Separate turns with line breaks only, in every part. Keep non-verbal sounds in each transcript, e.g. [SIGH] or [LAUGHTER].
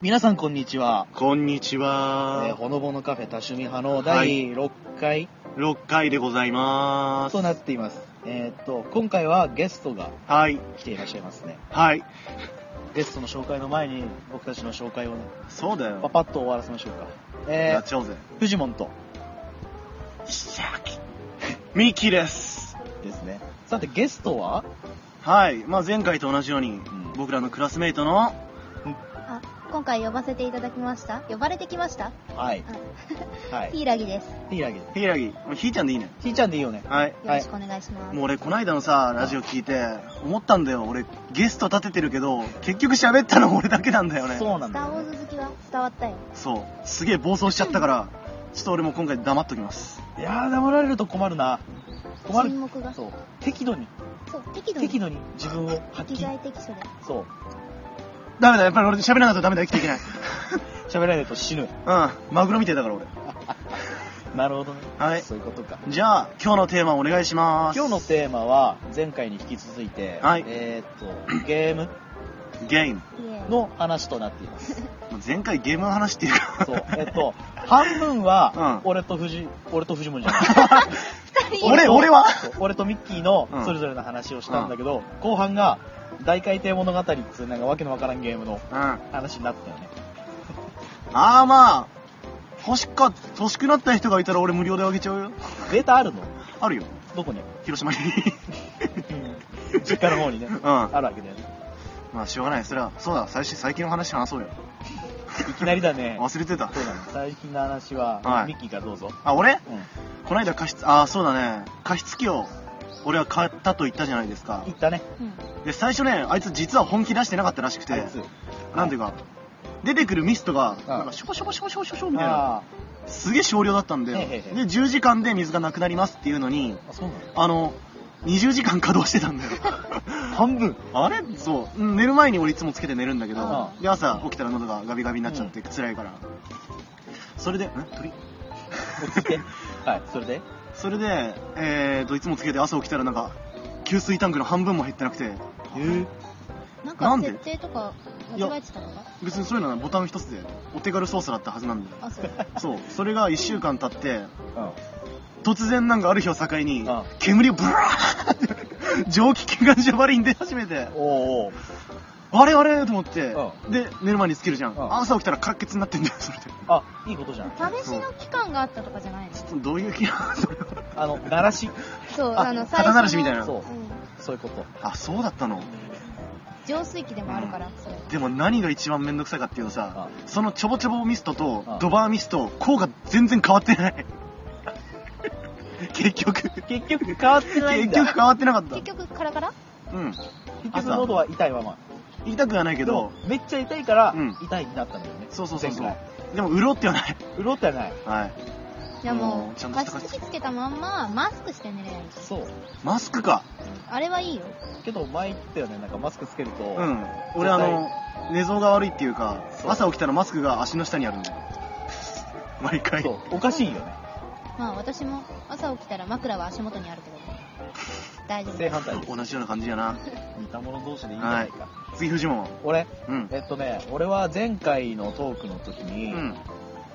皆さんこんにちは、
こんにち
えー
は。
ほのぼのカフェ多趣味派の
は
第
い
6回
6回でございます。
となっています、えーっと今回はゲストが
はい。
来ていらっしゃいますね
はい。
ゲストの紹介の前に僕たちの紹介をね
そうだ
パ
よ。
パッと終わらせましょうかえ
やっ
ー、
ちゃおうぜ。
フジモンと
シャキ。ミキです。
ですねさてゲストは
はい。まあ前回と同じように、
ん
僕らのクラスメイトの、
あ、今回呼ばせていただきました呼ばれてきました
はいはい
ヒイラギです。
ひいらげ
ひいらぎ。ひーちゃんでいいね。
ひーちゃんでいいよね
はい。
よろしくお願いします。
もう俺、こないだのさ、ラジオ聞いて、思ったんだよ。俺、ゲスト立ててるけど、結局喋ったの俺だけなんだよね。
そうな
ス
ん
タ
だ
ーウォ
よ、
ー
ね、
ズ好きは伝わったよ。
そう。すげえ暴走しちゃったから、ちょっと俺も今回黙っときます。
いやー黙られると困るな困る
沈黙が。そ
そ
う、
う適度に
適度に。
適度に自分を発
適
揮
材適所で。
そう
ダメだ、やっぱり俺喋らないとダメだ、生きていけ
[LAUGHS]
ない。
喋られると死ぬ
うん。マグロみてえだから俺。
なるほどね
はい
そういうことか
じゃあ、今日のテーマお願いします。
今日のテーマは前回に引き続いて、
はい
えーっとゲーム
ゲーム。
いえ。
の話となってい
[LAUGHS]
ます。
前回ゲームの話っていうか。
そうえっと半分は
う
俺と藤、俺と藤森じゃない。
[LAUGHS] [LAUGHS] 俺、
と
俺は
そう俺とミッキーの
うん
それぞれの話をしたんだけど、後半が大海底物語っつうなんかわけのわからんゲームの
うん。あ
話になったよね。
あまあ、欲しか、欲しくなった人がいたら俺無料であげちゃうよ。
データあるの？
あるよ。
ど
[LAUGHS]
こに？
広島に。
実家の方にね。
うん。
あ
ま
るわけだよね。
あ、しょうがない。それは、そうだ、最初、最近の話話そうよ。
いきなりだね。
忘れてた
そ。うだね。最近の話は、
はい
ミッキーがどうぞ。
あ、俺
うん。
こないだ加湿、ああ、そうだね。加湿器を、俺は買ったと言ったじゃないですか
言。ったね。
うん。
で、最初ね、あいつ実は本気出してなかったらしく
あ
て
い、つ。
なんていうか、出てくるミストが、
ん
なんか、ショコショコショコショコショコみたいな。
あ
すげえ少量だったんだよ。
へへ
で、
へ
10時間で水がなくなりますっていうのに、
ーあ。そうなの。
あの、20時間稼働してたんだよ。
半分。
あれそううん。寝る前に俺いつもつけて寝るんだけど
あ、
で、朝起きたら喉がガビガビになっちゃって辛いから。それで、ん鳥
落ち着いて。はい、それで。
それで、えーと、いつもつけて朝起きたらなんか、給水タンクの半分も減ってなくて、
え
な
な
んか
んで
設定とか間違えてたのか
別にそういうのはボタン一つでお手軽操作だったはずなんだよ。
あ、そう。
そう。それが1週間経って、
うん。
突然なんかある日を境に
ああ、
煙をブワーって、 [LAUGHS] 蒸気機関車バリに出始めて、
おうおう。
あれあれと思って、
う
で、寝る前につけるじゃん。
うん
朝起きたらカラッケツになってんだよ、それで。
あ、いいことじゃん。
試しの期間があったとかじゃないの
どういう気なのそれは
あの、鳴らし。
そう、
あ
あの、最
肩
初
慣
の。
らしみたいな。
そう
う。ん。
そういうこと。
あ、そうだったの
浄水器でもあるから、それ。
でも何が一番めんどくさいかっていうとさ、
う
そのちょぼちょぼミストと
うん
ドバーミスト、効果全然変わってない。結局。
結局変わってないん
[LAUGHS] 結
だ。
局変わってなかった
結。局、カラカラ
うん。
結局喉は痛いまま。
痛くはないけ
け
ど、、
めっちゃ痛いから
うん、
痛いになったんだよね。
そうそうそうそ
前
う。でも潤ってはない。
回。うろってはない。
はい。
いやも
もう
う、
ちゃんと
加
した
湿器つけたまんま、マスクして寝れないいじ
そう。
マスクか。
ゃん。あれはいいよ。
けど、前言ったよね、なんかマスクつけると、
うん。俺あの、寝相が悪いっていうか、
そう
朝起きたらマスクが足の下にあるんだよ。毎回。
そう、おかしいよね。
まあ私も朝起きたら枕は足元にあるけど大丈夫
正
です
反対です。
同じような感じやな。
似た者同士でいいんじゃないか。
次、フジモンは。
俺、
うん。
えっとね、俺は前回のトークの時
う
に、
ん。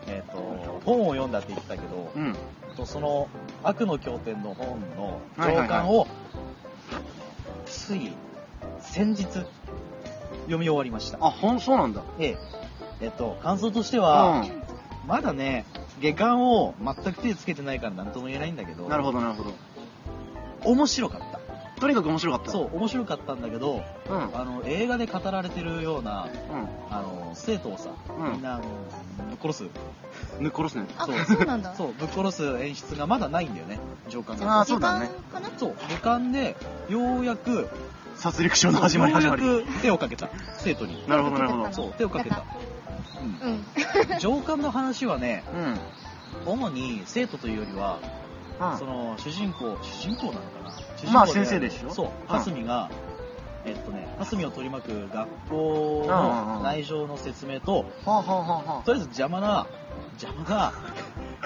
えっと、本を読んだって言ってたけど、
うん。
とその悪の経典の本の
は
上
いはいはい
巻をつい先日読み終わりました。
あ、ほん、そうなんだ。
えええっと、感想として
う
は、
ん。
まだね、下巻を全く手つけてないから何とも言えないんだけど、
なるほど、なるほど。
面白かった。
とにかく面白かった。。
そうう、面白かったんだけど、
うん。うん。
あの、映画で語られてるような、あの、生徒をさ、
うん
みんな、あの、ぶっ殺す。
ぬっ殺すね。
あ
そう
そうなんだ
そう、ぶっ殺す演出がまだないんだよね、上巻
あ
が。
ーそうだね
時間かな
そう、武漢で、ようやく、
殺戮症の始まり始まり。
ようやく手をかけた、生徒に。
なるほど、なるほど。
そう、手をかけた。
うん
うん上官の話はね、
うん。うん。
主に生徒というよりは、その、主人公、主人公なのかな主人公
まあ
でる
先生でしょ
そう
うん、
蓮見が、えっとね、蓮見を取り巻く学校
うんうんう
の
ん
内情の説明と、
はあ、はあは
とりあえず邪魔な、邪魔な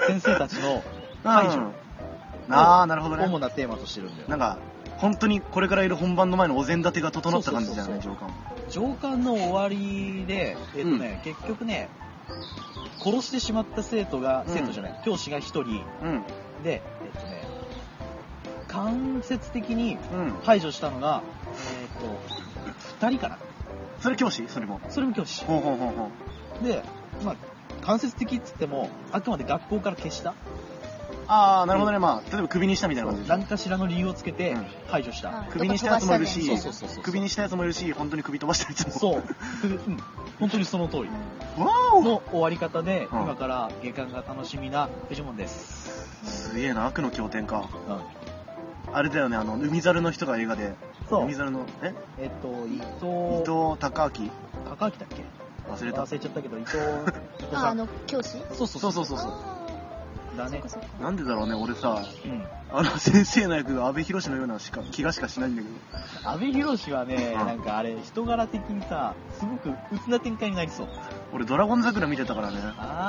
先生たち
[LAUGHS]
の
あはあ、
解除
うんああ、なるほど
主
ね。
なテーマとしてるんだ
な
よ。
んか、本当にこれからいる本番の前のお膳立てが整った感じだよね、
そ
上官は。
上巻の終わりで、えっとね、結局ね、殺してしまった生徒が、
うん
生徒じゃない、教師が一人
うん
で、えっとね、間接的に
うん
排除したのが、えっと、二人かな。
それ教師それも
それも教師。
ほうほうほうほう
で、まあ、間接的っつっても、あくまで学校から消した。
ああなるほどね、まあ例えばクビにしたみたいな感じで
何かしらの理由をつけて
うん
排除した。 [LAUGHS]
はい
クビにしたやつもいるし
そう
そうそうそう
クビにしたやつもいるし本当にクビ飛ばしたやつも
そう。うん本当にその通り。
[LAUGHS] わー
の終わり方で、
うん
今から下巻が楽しみなフジモンです。
おすげえな悪の経典か
うん
あれだよねあの海猿の人が映画で
そう
海。猿のえ
えっと、伊
伊
藤、
藤孝明
高明だっけ
忘れた
忘れちゃったけど、伊
[LAUGHS]
藤、伊藤
あ、
さ
あ
ん。
の、教師
そうそう
そうそうそうそう
あ
だ
ーそ
ね
っか。そっか
なんでだろうね俺さ
うん。
あの [LAUGHS] 先生の役が阿部寛のようなしか気がしかしないんだけど
阿部寛はね、
うん
なんかあれ、人柄的にさ、すごく鬱な展開になりそう。
俺ドラゴン桜見てたからね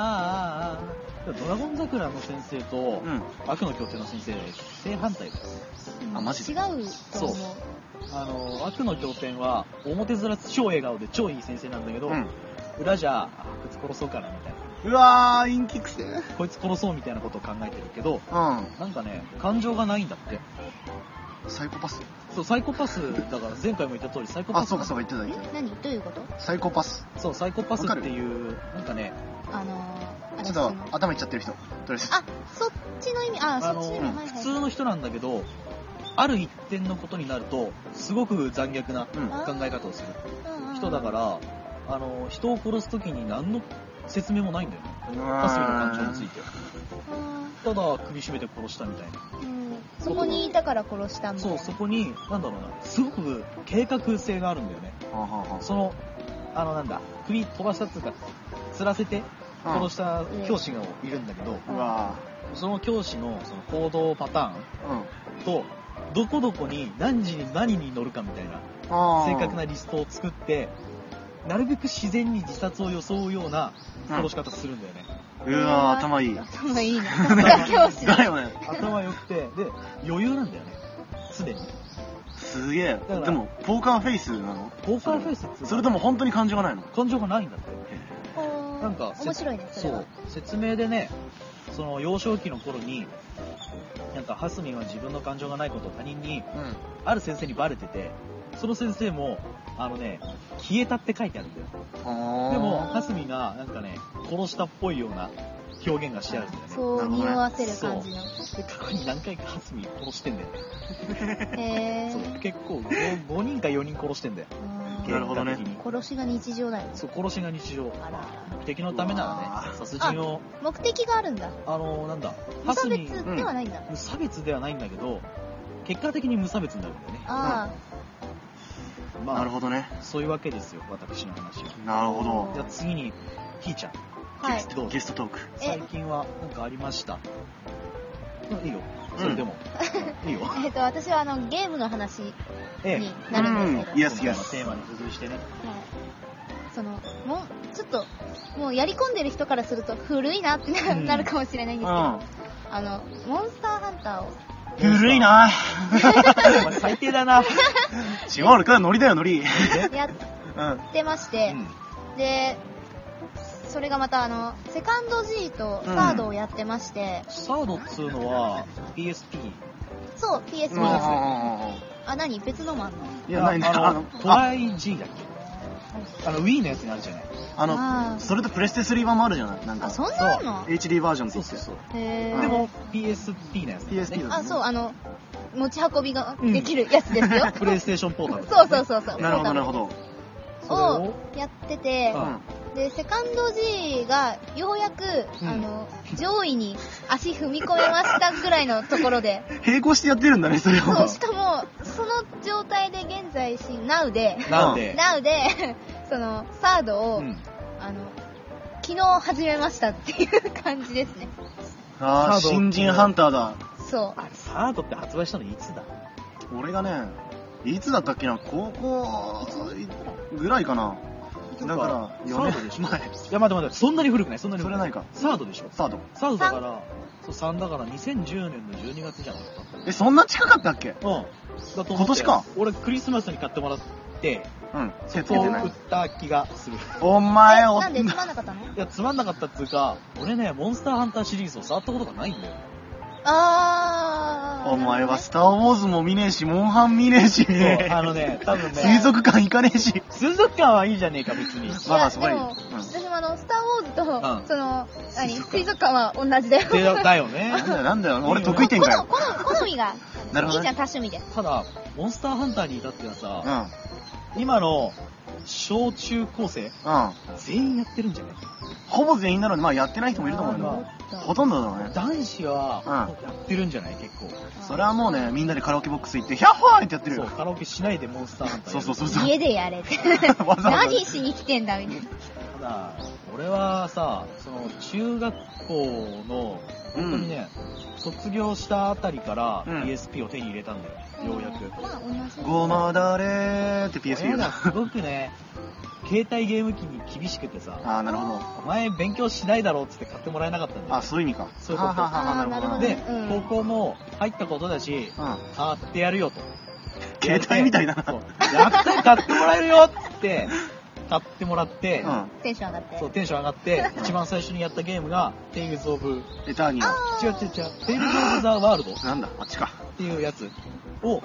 あーあー、あーあー。ドラゴン桜の先生と、
うん
悪の教典の先生、正反対だよ。
うん
あマジで
違うと思う
そあの、悪の教典は、表面超笑顔で超いい先生なんだけど、
うん
裏じゃ、あこいつ殺そうかな、みたいな。
うわー陰気くせえうん
こいつ殺そうみたいなことを考えてるけど、なんかね、感情がないんだって。
サイコパス
そう、サイコパス、だから前回も言った通り、サイコパ
あ
ス
そう
な
か
の。
そうか言ってた言って
え何どういうこと
たサイコパス
そう、サイコパスっていう、なんかね、
あのー、あれ
ちょっ
そ
と
の
頭いっちゃってる人とりあえず
あ、そっちの意味、あ、そ
あ
っ
の、
ちの意味、はいはい
普通の人なんだけど、ある一点のことになると、すごく残虐な
うん
考え方をする
の
人だから、あの、人を殺すときに何の説明もないんだよね。パスミの感情について。
ら。うん
ただ、首絞めて殺したみたいな。
うんそこにいたから殺したみたい
そう、
な。
そこに、なんだろうな、すごく計画性があるんだよね。
はあはあは
その、あのなんだ、首飛ばしたっていうか、釣らせて
あ
殺した教師がいるんだけど、
うんうわ
その教師のその行動パター
ーうん
ンと、どこどこに何時に何に乗るかみたいな、
あー
正確なリストを作って、なるべく自然に自殺を装うような殺し方するんだよね。
うわー頭いい
頭いいな。さすが教師。
だよね
頭良くて、で、余裕なんだよね。すでに。
すげえ
から
でもポーカーフェイスなの
ポーカーフェイスっていうのは
それとも本当に感情がないの
感情がないんだって。な
な
んか、せ
面白いね、それは。
説明でね、その幼少期の頃に、なんか、ハスミンは自分の感情がないことを他人に、
うん
ある先生にバレてて、その先生も、あのね、消えたって書いてあるんだよ。でも、
あ
ハスミが、なんかね、殺したっぽいような表現がしてあるんだよね。
そう、匂わせる感じの。
で、過去に何回かハスミ殺してんだよ。
へ
そう
ぇ
結構5、5人か4人殺してんだよ。
なるほどね
結果的に
殺しが日常だよね。
そう、殺しが日常。
あらあら
目的のためな
うわ
らね
ー、
殺人を、
目的があるんだ。
あの、なんだ、
無
ハ
差
スミ
別、ではないんだ。
無差別ではないんだけど、結果的に無差別になるんだよね。
あ
まあ、
なるほどね
そういうわけですよ、私の話は。
なるほ
じゃあ次に、ひーちゃん、
あ、はい。
ど
ど
う
ゲストトーク
え
最近は何かありましたうんいいよ、それでも。いいよ。
えっと、私はあの、ゲームの話に
ええ、
なるんですけど。
イエスイ
今
エ
回の
ス
テーマに付随して
[LAUGHS]
ね。
はいそのもうちょっともうやり込んでる人からすると古いなってな,、
うん
るかもしれないんですけど、あのモンスターハンターを
うん古いな
お前最低だな。
違うかノリだよノリ
やっ
うん
てまして、でそれがまたあのセカンド G とサードをやってまして、
サードっつうのは PSP。
そう PSP です、
うん
あ何別のもあんの
いやないな
あ
あ
の
の、
トライ G だっけあの、Wii のやつにあるじゃない。
あ
あー
のそれとプレステ3版もあるじゃないなん
あ
か
そんなあんの
HD バージョンっ
そ
て
う
言っ
そ
て
うそう。
へー
でも PSP のやつだよね。
PSP だ
あそうあの持ち運びが
うん
できるやつです
[LAUGHS]
よ、
プレイステーションポータル、
そうそうそうそう
なるほどなるほど
それを
をやってて、
うん
でセカンド G がようやく、
うん
あの上位に足踏み込めましたぐらいのとこ
[LAUGHS]
ろで
並行してやってるんだねそれを
そうしかもその状態で現在し Now で
なんで、
Now で [LAUGHS] そのサードを、
うん
あの昨日始めましたっていう感じですね
あー
サード
新人ハンターだ
そ
あれサードって発売したのいつだ
俺がねいつだったっけな高校ぐらいかなだから
サ
4
ードでし
年
ょ
前
いや待って待ってそんなに古くないそんなに
そ
古くない
れないか
サードでしょ
サード
サードだからそう3だから2010年の12月じゃなかっ
えそんな近かったっけ
たうんだと思って
今年か
俺クリスマスに買ってもらって
うん。
そこを売った気がする。
お前を、
なんでつまんなかったの
いや、つまんなかったっつうか、俺ね、モンスターハンターシリーズを触ったことがないんだよ。
あー。
お前は
な
スターウォーズも見ねえし、モンハン見ねえし、
そうあのね、多分
水
ね、
族館行かねえし。
水族館はいいじゃねえか、別に。
るほどね
まあまあ
いや
そこは
で
いい
も、
うん
私もあの、スターウォーズと、
うん
その、何、
水族館
水族館は同じだよ。
でだよね
な。んだよ、なんだよ、俺得意点か
好
よ。
好みが、
なるほ
い
ど
い
ね
じゃん、多趣味で。
ただ、モンスターハンターに至っては
う
さ、
ん。
今の小中高生、
うん。
全員やってるんじゃない
ほぼ全員だろうね。まあやってない人もいると思うけ
まあ
ど。
あ
ほとんどだろうね。
男子は、
う
やってるんじゃない結構。
それはもうね、みんなでカラオケボックス行って、ヒャッホーってやってる
そう、
よ。
カラオケしないでモンスターハンターや
そ
る
うそうそう [LAUGHS] そう。
家でやれって。
わざわざ
何しに来てんだ、みたいな。
ただ、俺はさ、その、中学校の、
う
本当に
ん。
ね、卒業したあたりから
うん
PSP を手に入れたんだよ、ようやく。
まあ、同じ。
ごまだれーって PSP 言
親
う
が
な。
すごくね、携帯ゲーム機に厳しくてさ、
ああ、なるほど。
お前勉強しないだろうっつって買ってもらえなかったんだ
あ、
よ。
そういう意味か。
そういうこと
ははははなるほど
あ
ね。
で
なるほどね
高
う、ん
校も入ったことだし、
うん。
買ってやるよと。
携帯みたいだな
そうやった買ってもらえるよって、買ってもらって、
うん。
テンション上がって。
そう、テンション上がって、一番最初にやったゲームが、テイルズ・オブ、
エターニア。
違う違う違う、テイルズ・オブ・ザ・ワールドっ
なんだ、あっちか。
ていうやつを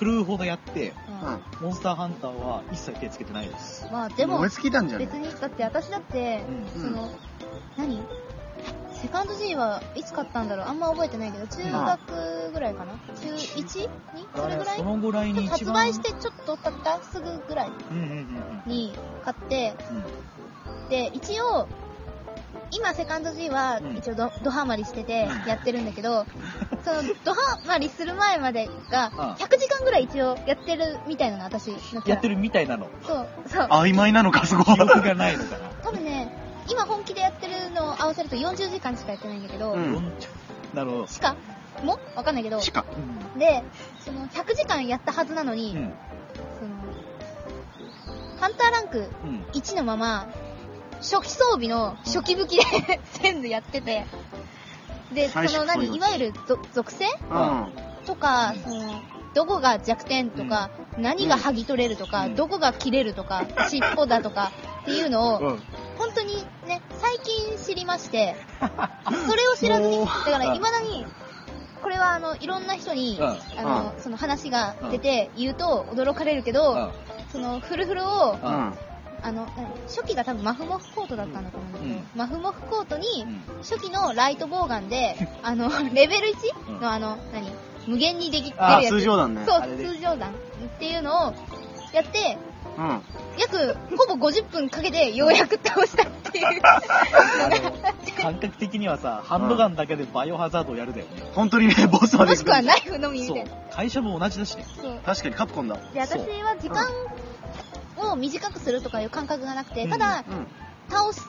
狂うほどやって、
うん。
うん
モンスターハンターは一切手つけてないです。
まあ、でも、
燃え
別
尽きたんじゃね
に、だって私だって、
うん
その、何セカンド G はいつ買ったんだろうあんま覚えてないけど、中学ぐらいかな中 1? にそれぐらい
そのぐらいに一番
発売してちょっと経ったすぐぐらい
うんうんうんうん
に買って、
うん
で、一応、今セカンド G は
うん
一応ド,、ドハマりしててやってるんだ
[LAUGHS]
けど、そのドハマりする前までが
ああ
100時間ぐらい一応やってるみたいなの私のキャラ
やってるみたいなの。
そう、そう。
曖昧なのか、そこ
記憶
は。
がないのかな。
多分ね、今本気でやってるのを合わせると40時間しかやってないんだけど、
うん
うんなるほど。
しかもわかんないけど、
しか。
う
で、その100時間やったはずなのに、
ん。うん。
その、ハンターランク
うん。
1のまま、初期装備の初期武器で [LAUGHS] 全部やってて、で、そ
最初
の
そういう
何、
の
いわゆるぞ属性
うん。
とか
うん、
その、どこが弱点とか、何が剥ぎ取れるとか、
うん
どこが切れるとか、尻尾だとかっていうのを、
うん。
本当にね、最近知り
[LAUGHS]
まして、それを知らずに、
もう
だから未だに、これはあの、いろんな人に、
うん
あの、その話が出て言うと驚かれるけ
う
ど、
ん
その、フルフルを、
う
うん
ん。
あの、何初期が多分マフモフコートだったんだと思うんだけど、
うん
マフモフコート
う
に、
ん
初期のライトボウガン
[LAUGHS]
で、あの、レベル
う
1?
ん
のあの、何無限にできてる
あ
や、つ。
通常弾ね。
そ
あれ
う、
で
通常弾っていうのをやって、
うん。
約ほぼ50分かけてようやく倒したっていう。
[LAUGHS] あの感覚的にはさ、ハンドガンだけでバイオハザードをやるだよね。
本当にね、 [LAUGHS] ボスまで行
も
く
しくはナイフのみみ
そ
たいうな。。
会社も同じだしね。
そう。
確かにカプコンだ。
で、私
そう
は時間を短くするとかいう感覚がなくて、
うん
ただ、
うん。
倒す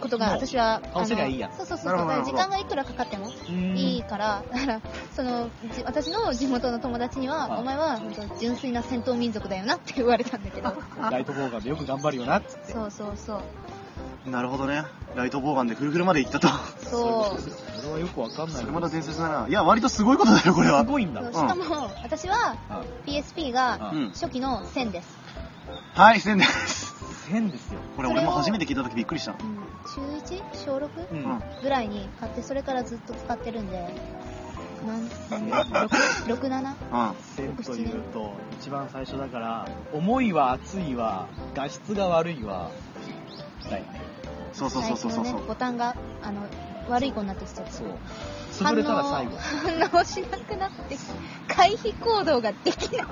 ことが
もう
私は、
倒せりゃいいや
あのそうそうそう。
なるほど
だから
なる
時
ほど
間がいくらかかっても
うん
いいから、だから、その、じ私の地元の友達には、
あ
お前は本当純粋な戦闘民族だよなって言われたんだけど。
ライトボーガンでよく頑張るよなっつって。
そうそうそう。
なるほどね。ライトボウガンでフルフルまで行ったと。
そう。
それはよくわかんない。
それまだ伝説だな。いや、割とすごいことだよ、これは
す。ごいんだ。
そううんしかも、私は PSP が
あ
うん。
初期の1000です。
はい、宣伝です。
変ですよ。
これ俺も初めて聞いた時びっくりした。
うん、中 1? 小 6?
う。
うんん。
ぐらいに買って、それからずっと使ってるんで、なん、六七
う
線というと、一番最初だから、重いは熱いは、画質が悪いは、だよね。
ん。そうそうそうそうそう。そ
最近
う
のね、ボタンが、あの、悪い子になってきちゃって
そう。潰れたら最後。
反応しなくなって、回避行動ができない。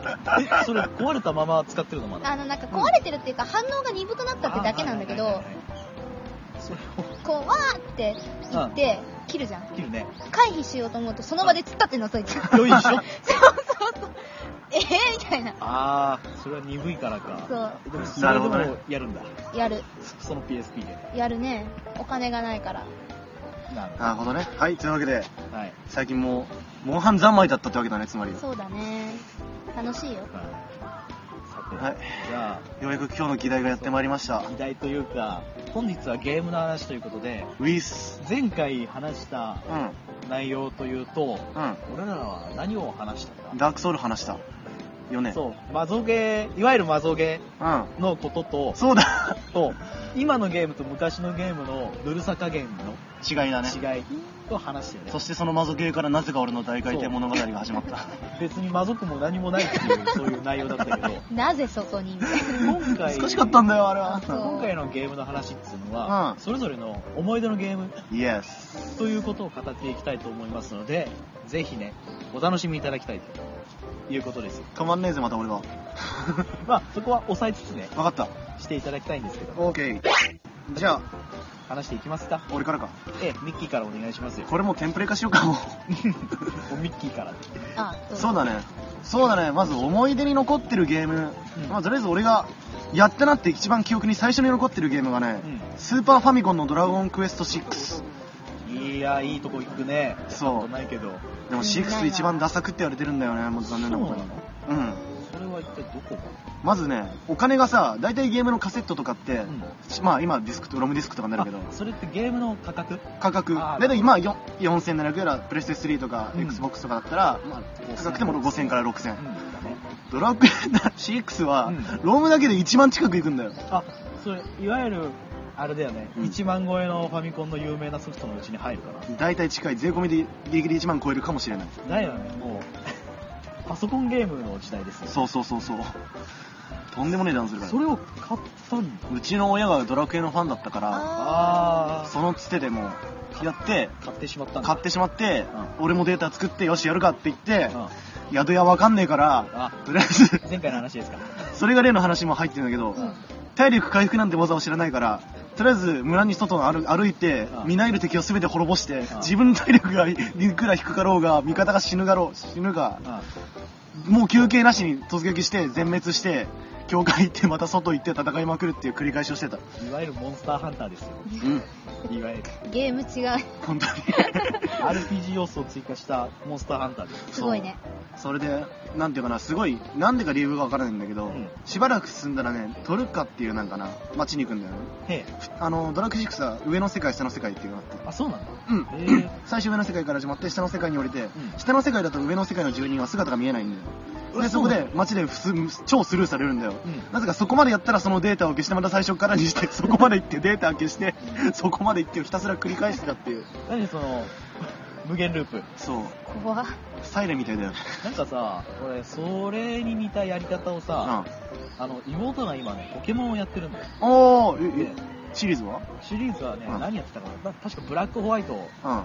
え、それ壊れたまま使ってるのまだ。
あの、なんか壊れてるっていうか、反応が鈍くなったってだけなんだけ
あはいは
ど
いは、いはいそれを
こう、わーって言って、切るじゃん。
切る [LAUGHS] ね。
回避しようと思うと、その場で突っ立って覗いちゃう。
よいしょ。
えぇ、ー、みたいな。
あー、それは鈍いからか。
そう
でも、そ
な
れで
るほどね
もやるんだ。
やる。
その PSP で。
やるね。お金がないから。
なるほ
なるほどね。はい、というわけで、
ど。はい。
最近もう、モンハン三昧だったってわけだね、つまり。
そうだね。楽しいよ。
はいさて、
はい
じゃあ、
ようやく今日の議題がやってまいりました。
議題というか、本日はゲームの話ということで、
ウィス。
前回話した
うん。
内容というと、
うん。
俺らは何を話したか
ダークソウル話した。よね。
そう、マゾゲー、いわゆるマゾゲ
うん。
ーのことと、
そうだ。
と、今のゲームと昔のゲームのぬるさ加減の
違いだね。
違いと話してね
そ。してその魔族ゲーからなぜか俺の大回転物語が始まった。
別に魔族も何もないっていう、そういう内容だったけ
[LAUGHS]
ど、
なぜそこにみたいな。
今回、
難しかったんだよ、あれ
あそう
は。
今回のゲームの話っていうのは、
うん
それぞれの思い出のゲーム
イエス。
ということを語っていきたいと思いますので、ぜひね、お楽しみいただきたいということです。
たまんねえぜ、また俺は。
まあ、そこは押さえつつね、
わかった。
していただきたいんですけど、
オーケー。じゃあ、
話していきますか。
俺からか。
ええ、ミッキーからお願いし
[LAUGHS]
ますよ。
これもうテンプレ化しようか、も
おミッキーから。
あ、
う。
そ
そうう
だ。
だね。そうだね。まず思い出に残ってるゲーム。
うん
まあ、とりあえず俺がやったなって一番記憶に最初に残ってるゲームがね、
うん
スーパーファミコンのドラゴンクエスト6。
いや、いいとこ行くね。
そう
ことないけど。
でも6一番ダサくって言われてるんだよね、もう残念なことに。うん。
それは一体どこが
まずね、お金がさ、大体ゲームのカセットとかって、
ん
まあ今ディスクとロムディスクとかになるけど、
あそれってゲームの価格
価格、
あー
大体今よ4700円ら、プレステ3とか、
うん
Xbox とかだったら、まあ、高くても5000から6000。
うんだね。
ドラクエ6は、
うん
ロームだけで1万近くいくんだよ。
あ、それ、いわゆる、あれだよね、
うん
1万超えのファミコンの有名なソフトのうちに入るから。
大体近い、税込みでギリギリ1万超えるかもしれない。
だよね、もう、 [LAUGHS] パソコンゲームの時代ですよ。
そうそうそうそう。とんでもねえ段するから
そ。れを買ったんだ。
うちの親がドラクエのファンだったから、
あ
ー
そのつてでもうやって、
買ってしまったんだ。
買ってしまって、俺もデータ作って、よし、やるかって言って、
うん
宿屋わかんねえから、
あ、
とりあえず、 [LAUGHS]
前回の話ですか。
それが例の話も入ってるんだけど、
あ。うん。
体力回復なんて技を知らないから、とりあえず村に外を歩歩いて
あ、あ
みなえる敵を全て滅ぼして
ああ、
自分の体力がいくら低かろうが、味方が死ぬがろう、死ぬが、
あ
もう休憩なしに突撃して、全滅して、教会行って、また外行って戦いまくるっていう繰り返しをしてた。
いわゆるモンスターハンターですよ。
うん、
いわゆる。
ゲーム違う。
[LAUGHS] 本当に。
RPG 要素を追加したモンスターハンターです。
すごいね。
それで、なんていうかな、すごい、なんでか理由がわからないんだけど、
うん
しばらく進んだらね、トルカっていうなんかな、街に行くんだよね。
へえ。
あの、ドラクエ6は上の世界、下の世界っていうのがあって。
あ、そうなんだ。
うん。
へえ。
最初上の世界から始まって、下の世界に降りて、
ん
下の世界だと上の世界の住人は姿が見えないんだよ。で、そこで街で普通、超スルーされるんだよ。
うん
なぜかそこまでやったらそのデータを消して、また最初からに
[LAUGHS]
して、そこまで行って、データ消して、そこまで行ってをひたすら繰り返してたっていう。
何その、無限ループ。
そう。
怖っ
サイレンみたいだよ。
なんかさ、俺、それに似たやり方をさ、あの、妹が今ね、ポケモンをやってるんだよ。
うん。おー、え、
で
え、シリーズは
シリーズはね、
うん
何やってたかな。確かブラックホワイト
うん。うん。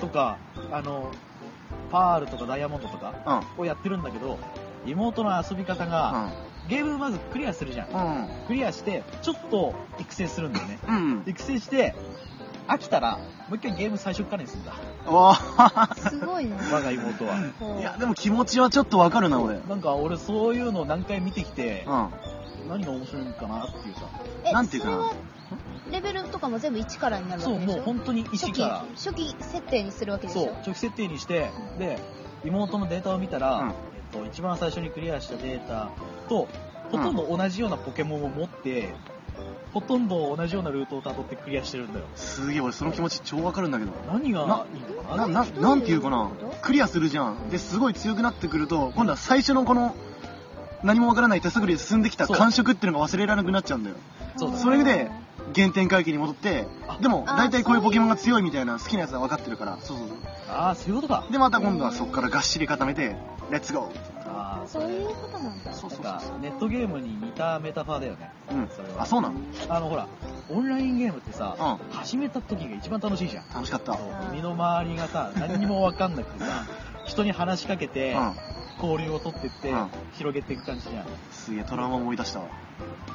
とか、あの、パールとかダイヤモンドとか
うん。
をやってるんだけど、妹の遊び方が、ゲームまずクリアするじゃん。
うん。
クリアして、ちょっと育成するんだよね。
うん。
育成して、飽きたら、もう一回ゲーム最初からにするんだ。
おー
すごいね。
我が妹は。
こう
いや、でも気持ちはちょっとわかるな、俺。うん。
なんか俺そういうのを何回見てきて、
あ
何が面白いのかなっていうさ。
え
なんていうかな
それはレベルとかも全部1からになるわ
そう、
けでしょ
もう本当に
初
石
期
か
初期設定にするわけ
ら、
でしょ
そう、初期設定にして、で、妹のデータを見たら、
うん
えっと、一番最初にクリアしたデータと、ほとんど同じようなポケモンを持って、ほとんど同じようなルートをたどってクリアしてるんだよ。
すげえ、俺その気持ち超わかるんだけど。
何がいいのかな
な、な、
どういう
なんていうかな
こと。
クリアするじゃん。で、すごい強くなってくると、今度は最初のこの、何もわからない手探りで進んできた
そう
感触っていうのが忘れられなくなっちゃうんだよ。
そうだね
それで、原点回帰に戻って
あ、
でも、
あ
大体こういうポケモンが
そ
強いみたいな好きなやつは分かってるから、そうそうそう。
ああ、そういうことか。
で、また今度はそこからがっしり固めて、レッツゴー
ああ、
そういうことなんだ
そ
なん
うそうそう
か
そう。
ネットゲームに似たメタファーだよね。
うん
それ。は
あ、そうなの
あのほら、オンラインゲームってさ、
う
始めた時が一番楽しいじゃん。
楽しかった。
そう身の回りがさ、何にもわかんなくてさ、人に話しかけて、
う
交流を取ってって、
うん
広げていく感じじゃん。
ん。すげえ、トラウマ思い出したわ。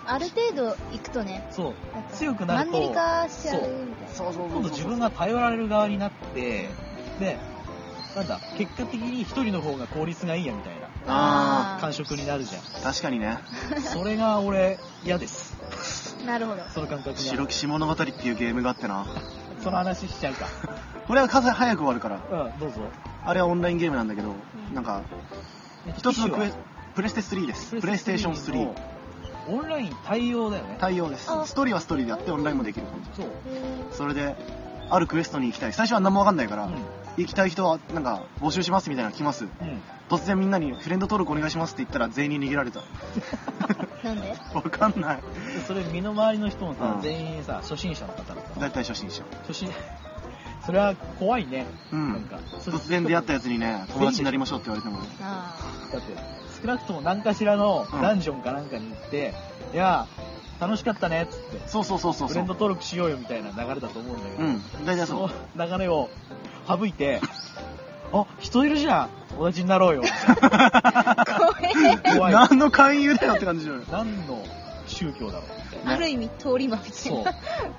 ある程度行くとね
そう。
なんか
強くなると
マンネリ化しちゃうみたいな
そうそう
今度自分が頼られる側になって、で、なんだ、結果的に一人の方が効率がいいやみたいな
あ
感触になるじゃ
確かにね。
ん。それが俺、嫌です。
なるほど
その感覚
白
が。
騎士物語っていうゲームがあってな。
その話しち
[LAUGHS]
ゃうか。
これは数早く終わるから。
うん、どうぞ。
あれはオンラインゲームなんだけど、
ん
なんか、一つのクエ
機
プレステ3です。
種は
プレイステーション
の
3。
オンライン対応だよね。
対応です
あ。
ストーリーはストーリーであって、オンラインもできる感じ。
そう。
へー
それで、あるクエストに行きたい。最初は何もわかんないから、
うん
行きたい人は、なんか、募集しますみたいなの来ます。
うん。
突然みんなに、フレンド登録お願いしますって言ったら、全員に逃げられた。
なんで
わかんない。
でそれ身の回りの人もさ、
うん
全員さ、初心者の方だった
だ
ら
い
さ。
たい初心者。
初心、 [LAUGHS] それは怖いね。
う
なん
ん。
か、
突然出会ったやつにね、友達になりましょうって言われても、
ああ。
だって、少なくとも何かしらのダンジョンかなんかに行って、いやー、楽しかったねっつって、
そうそうそうそう
フ
そ
レンド
う。
登録しようよみたいな流れだと思うんだけ
う
ど、
ん。大体
そ
そう
の。流れを省いて、あ、人いるじゃん同じにな
[LAUGHS]
ろうよみたい
怖え。
な怖い。
何の勧誘だよって感じじゃない。
何の宗教だろう
ある意味通り魔みた
[LAUGHS]
い
そう
な。。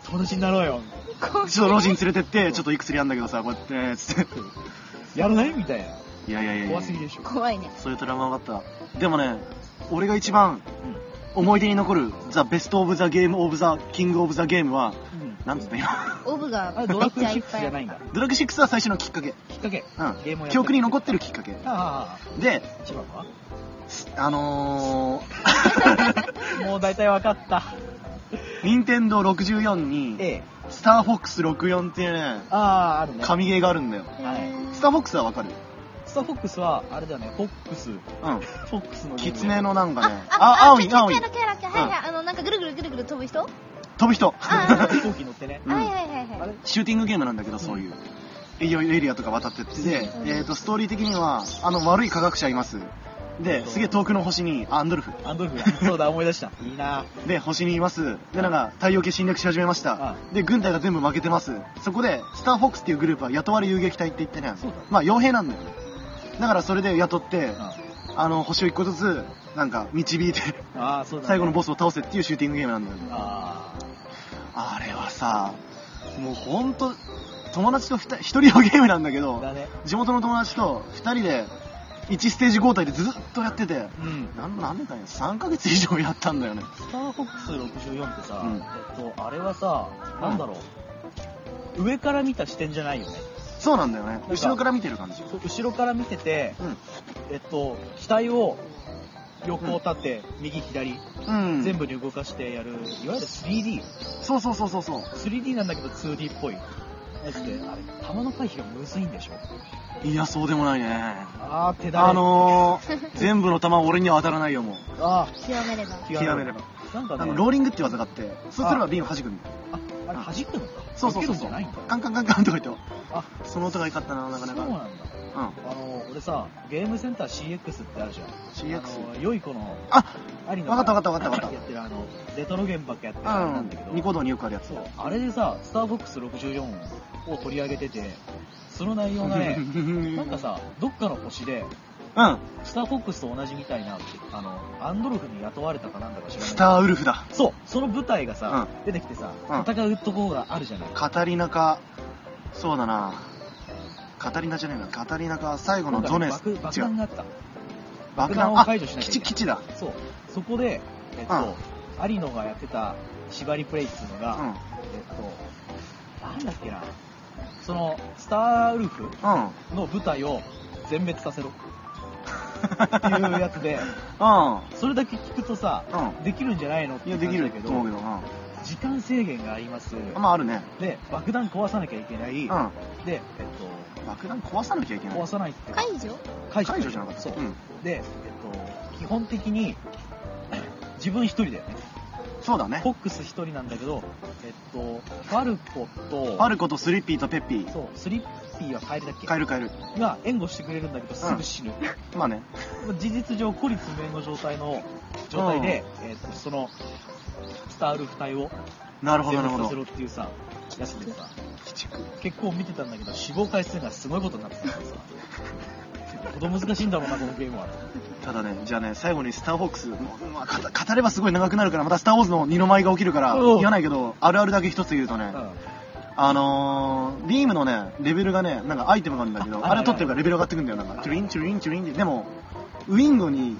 友達になろうよ。
怖い
ちょっと老人連れてって、ちょっといくつりあんだけどさ、こうやってね、つって。
やらないみたいな。
いやいやいやいや
怖すぎでしょ。
怖いね。
そういうトラウマがあった。でもね、俺が一
う
番
ん
思い出に残る、ザ・ベスト・オブ・ザ・ゲーム・オブ・ザ・キング・オブ・ザ・ゲームは、
うん
なんつった今。
オブが
あれ、
め
ドラ
っ
ク
ち
エ
ゃいっ
6
ぱい
じ
あ
ゃな
る。
いんだ。
[LAUGHS] ドラクエ6は最初のきっかけ。
きっかけ。
うん。
ゲームをや
記憶に残
っ
ってるきっかけ。
あ
で、
あ、一番は
あの
もう大体分かった。
ー、任天堂64に、
A。
スターフォックス64っていうね、
ああ、あるね。
神ゲーがあるんだよ。
はい
へー
スターフォックスはわかる
スターフォックスは、あれだよね、フォックス、フ
うん。
ォックスのゲー
キ
ム
ツネ。のなんかね、
あ、
あ、青い、
ちっちゃ
青い
い。のキャラクター、はいはい、あの、なんかぐるぐるぐるぐる飛ぶ人はい
飛ぶ人。
あ
飛行機乗ってね。
うん
はいはい
あ
はい。
れ
[LAUGHS] シューティングゲームなんだけど、そういう。エリアエリアとか渡ってって、で
うん
えっ、と、ストーリー的には、あの、悪い科学者います。で、すげえ遠くの星に、あアンドルフ。
アンドルフだ。
[LAUGHS]
そうだ、思い出した。いいな
で、星にいます。で、なんか、太陽系侵略し始めました。で、軍隊が全部負けてます。そこで、スターフォックスっていうグループは雇われ遊撃隊って言ってね
そうだ、
まあ、傭兵なんだよ。だから、それで雇って、
あ
あの、星を一個ずつ、なんか、導いて、
あー、そうだ、ね。
最後のボ
ス。
スを倒せっていうシューティングゲームなんだよね。
あ
あれはさ、もうほんと、友達と二人、一人のゲームなんだけ
あ、
ど、
だね。
地元の友達と2人で1ステージ交代でずっとやってて
うん。
なん何年間や3ヶ月以上やったんだよね
スターフォックス64ってさ、
うん
えっと、あれはさ、なんだろう。上から見た視点じゃないよね。
そうなんだよね
か
後ろから見てる感じ
そう後ろから見てて、
うん
えっと、機体を横を立て、右左、
うん
全部に動かしてやる、いわゆる 3D。
そうそうそうそうそう
3D なんだけど 2D っぽい。だって、あれ、弾の回避がむずいんでしょ
いやそうでもないね
あー、手だれ。
あのー、全部の弾は俺には当たらないよもう
あ
極めれば。
ー、
極めれば
なん
あ
かね
の、ローリングって技があってそうすれば瓶を弾くんだよ
あ、あれ弾くのか。
そう
避
そうそう
けるんじ
そう
ゃないんだ。
カンカンカンカンとか言って
あ、
その音が良かったななかなか
そうなんだ。
う
あの、俺さ、ゲームセンター CX ってあるじゃん。
ん CX
あの、良い子の、
あ
ありの、
わかったわかったわかったわかった
やってるあの、レトロゲームばっかやってるあれなんだけど、
うんニコ動によくあるやつ
そう、あれでさ、スターボックス64を取り上げてて、その内容が
[LAUGHS]
ね、なんかさ、どっかの星で、
うん
スターフォックスと同じみたいな、あの、アンドルフに雇われたかなんだか知らない。
スターウルフだ
そう、その舞台がさ、出てきてさ、
うん
戦うとこがあるじゃない。
カタリナか、そうだな。カタリナじゃねえな。カタリナか、最後のゾネス。
爆爆弾があった。
爆
爆
弾
弾を
あ、
解除しな
基
きゃいけ
地、
ない
基地だ。
そう、そこで、えっと、アリノがやってた縛りプレイっていうの
う
が、
ん。うん。
えっと、なんだっけな、その、スターウルフの舞台を全滅させろっていうやつ
[LAUGHS]
で、
う
それだけ聞くとさ、
ん。うん。
できるんじゃないのって
いや、
感
でき
じだ
る
け
と
ど、
思うけど。うん。
時間制限があります。
まあ、あるね。
で、爆弾壊さなきゃいけない。
うん。
で、
爆
えっ
弾壊さなきゃいけ
と、
ない
壊。さないって。
解除
解
解除じゃなかった。
そう。
ん。
で、えっと、基本的に、自分一人だよね。
そうだね
フォ。ックス一人なんだけど、えっと、ファルコと、
パルコとスリッピーとペッピー。
そう、スリッピーはカエルだっけ
変える変える。
が援護してくれるんだけど、すぐ死ぬ。
まあね。
事実上、孤立無援の状態の、状態で、えっと、その、スターウルフ隊を
なるほ
全
ど、な
滅さ
るほ
せ
ど。
ろっていうさ、やつでさ、
鬼畜。
結構見てたんだけど、死亡回数がすごいことになってたからさ。ほど難しいんだろうな、このゲームは。
ただね、じゃあね、最後にスターフォックス、もうまあ、語語ればすごい長くなるから、またスター・ウォーズの二の舞が起きるから、
うん
言わないけど、あるあるだけ一つ言うとね、あのー、ビームのね、レベルがね、なんかアイテムがあるんだけど、
あ
あれ取ってるからレベル上がってくんだよ、なんか。チュリンチュリンチュリンって。でも、ウィングに、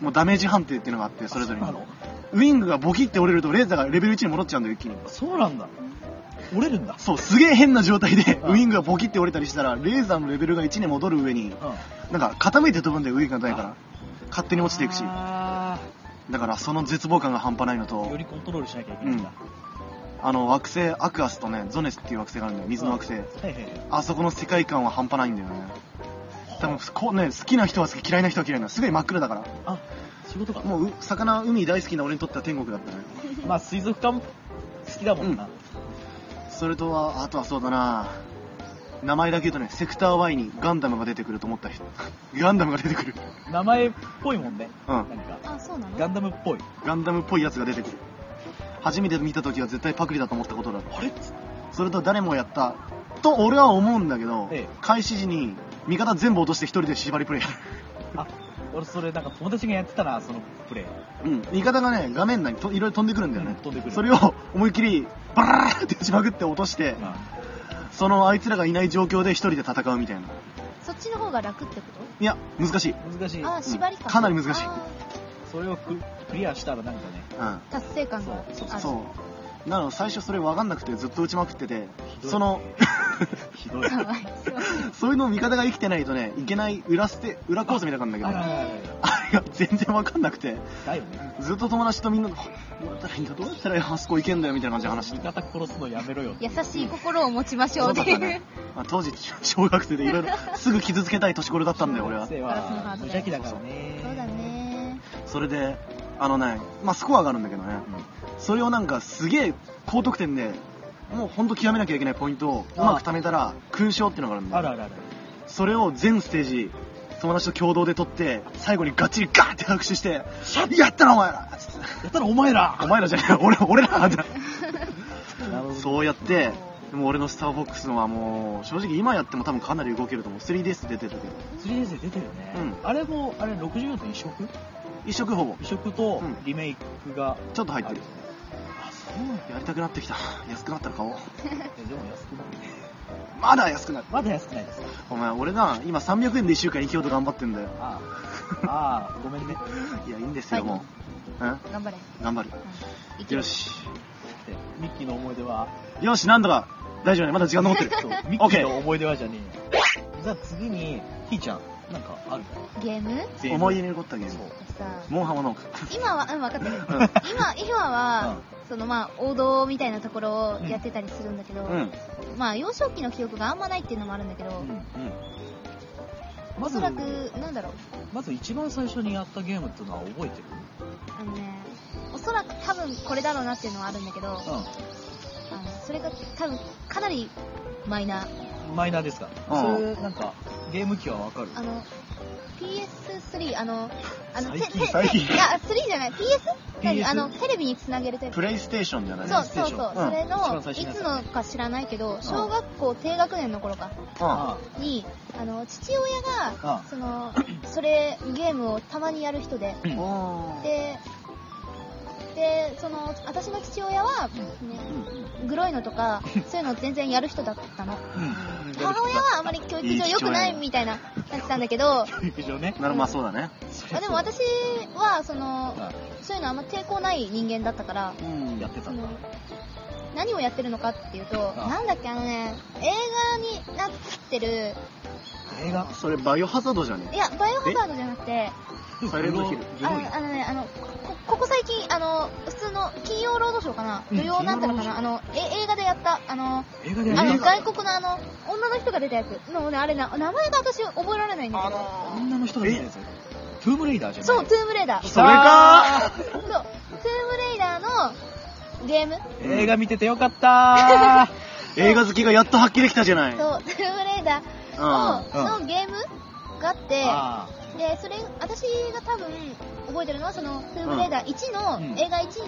もうダメージ判定っていうのがあって、それぞれに
あ。そうなの
ウィングがボキって折れると、レーザーがレベル1に戻っちゃうんだよ、一気に。
そうなんだ。折れるんだ。
そう、すげえ変な状態で、
うん
ウィングがボキって折れたりしたら、レーザーのレベルが1に戻る上に、
う
なんか傾いて飛ぶんだよ、ウィングがないから。勝手に
ん。
落ちていくし。
あ
だから、その絶望感が半端ないの
ー
と
よ、りコントロールしなきゃいけないんだ。
あの惑星アクアスとねゾネスっていう惑星があるんだよ水の惑星、
はいはいはい
あそこの世界観は半端ないんだよね多分こうね好きな人は好き嫌いな人は嫌いなすごい真っ暗だか
あ仕事から
もうう魚海大好きな俺にとっては天国だったね
まあ水族館好きだもんな、
うんそれとはあとはそうだな名前だけ言うとねセクター Y にガンダムが出てくると思った人 [LAUGHS] ガンダムが出てくる
名前っぽいもんね、
うん
何か
あ、そうなの
ガンダムっぽい
ガンダムっぽいやつが出てくる初めて見た時は絶対パクリだと思ったことだろ
あれ
それと誰もやったと俺は思うんだけど、
ええ
開始時に味方全部落として一人で縛りプレイやる
あ俺それなんか友達がやってたなそのプレイ
うん、味方がね、画面内にといろいろ飛んでくるんだよね。
うん飛んでくる
それを思いっきり、バラーって打ちまくって落として、そのあいつらがいない状況で一人で戦うみたいな。
そっちの方が楽ってこ
いや、難しい。
うん難しい
とあ、縛りか。
かなり難しい
あ
それをククリアしたらなんかね
うん。
ー達成感がある。
そう
そう。なの最初それ分かんなくてずっと打ちまくってて
ひ、どい
その、 [LAUGHS]
ひどい
かわいそう。
そういうのを味方が生きてないとね、いけない裏捨て、裏コースみたいなのがあるんだ
あ
け
らら
ど、
らら
あれが全然分かんなくて、
だよね
ずっと友達とみんなで、あどうやったらいいんだ、どうやったらあそこ行けんだよみたいな感じで話して
味方殺すのやめろよ
[LAUGHS] 優しい心を持ちましょうっ
そ
て
うだった
いう
ね。まあ、当時小学生でいろいろすぐ傷つけたい年頃だったんだよ俺は
小学生は無邪気だからね
そうだね。
それであのねまあスコアがあるんだけどねそれをなんかすげえ高得点でもうほんと極めなきゃいけないポイントをうまく貯めたら勲章っていうのがあるん
あ
だ
らあ
よ
らあら
それを全ステージ友達と共同で取って最後にガッチリガーって拍手して「やったなお前ら!」つって
やったらお前ら
お前らじゃない俺俺らじゃ
なるほど
そうやってでも俺のスターフォックスのはもう正直今やっても多分かなり動けると思う 3DS 出てたけど
3DS で出てるね、
うん
あれもあれ64と移植
一色ほぼ
移植と
うん
リメイクが
ちょっと入ってる
あそうなんだ
やりたくなってきた安くなったら買おう
えでも安くない
まだ安くなる
まだ安くないですか
お前俺な今300円で1週間生きようと頑張ってんだよ
ああああごめんね
いやいいんですよ
はい
もう、うん
頑張れ。
頑張る
うん
よ。し
でミッキーの思い出は
よしなんとか大丈夫ねまだ時間残ってる
そうミッキーの思い出はじゃねえよじゃあ次にひーちゃんなんかあるか
ゲーム
な
思い出に残ったゲー
そう
ム
さ
モンハンは農家
今は、うん、分かったよ。
うん
今、今は、そのまあ、王道みたいなところをやってたりするんだけど、
うん
まあ、幼少期の記憶があんまないっていうのもあるんだけど、
うん
お
まず
そらく、なんだろう、
まず一番最初にやったゲームっていうのは覚えてる
あのね、おそらく多分これだろうなっていうのはあるんだけど、あのそれが多分かなりマイナー。
うんマイナーですか、
うん
それなんかゲーム機はわかる
あの、PS3、あの、あの、
最近
て
最近
ていや、3じゃない、PS? 何
PS？
あの、テレビにつなげるタイプ
プ。レイステーションじゃない
そう
ステー
そう
シ
そ
ョン
う、
うん
そ
一番最
れの、い
新のやつ
つのか知らないけど、小学校低学年の頃か、
あ
に、あの、父親が、
うん
その、それ、ゲームをたまにやる人で、
うん
あ
で、で、その、私の父親は、ね、グロいのとか、そういうの全然やる人だったの。母親はあまり教育上良くないみたいな、なってたんだけど、
陸上ね
なるまあそうだね
あでも私は、その、
あ
そういうのあんま抵抗ない人間だったから、
うん
やってた
そ
んだ
の何をやってるのかっていうと、
あ
なんだっけ、あのね、映画になってる、
映画
それバイオハザードじゃね
いや、バイオハザードじゃなくて、
サイレントヒル
グ
あ
ロい
のあのね、あの、こここ最近、あの、普通の金曜ロードショーかな、
うん
土曜なんたらかな、あ
金
の、え映画でやった、あの、
映画で
あ
や
の
る
外国のあの、女の人が出たやつ、もうね、あれな、名前が私覚えられないんだけど、
女の人が出てるやつトゥームレイダーじゃない
そう、トゥームレイダー。
それか
そう、トゥームレイダーのゲーム
[LAUGHS] 映画見ててよか
[LAUGHS]
った
映画好きがやっと発揮できたじゃない
そう、 [LAUGHS] トゥームレイダー
うん
の、のゲームがあって、
あ
で、それ、私が多分覚えてるのは、その、トゥームレイダー1の、
うん
映画1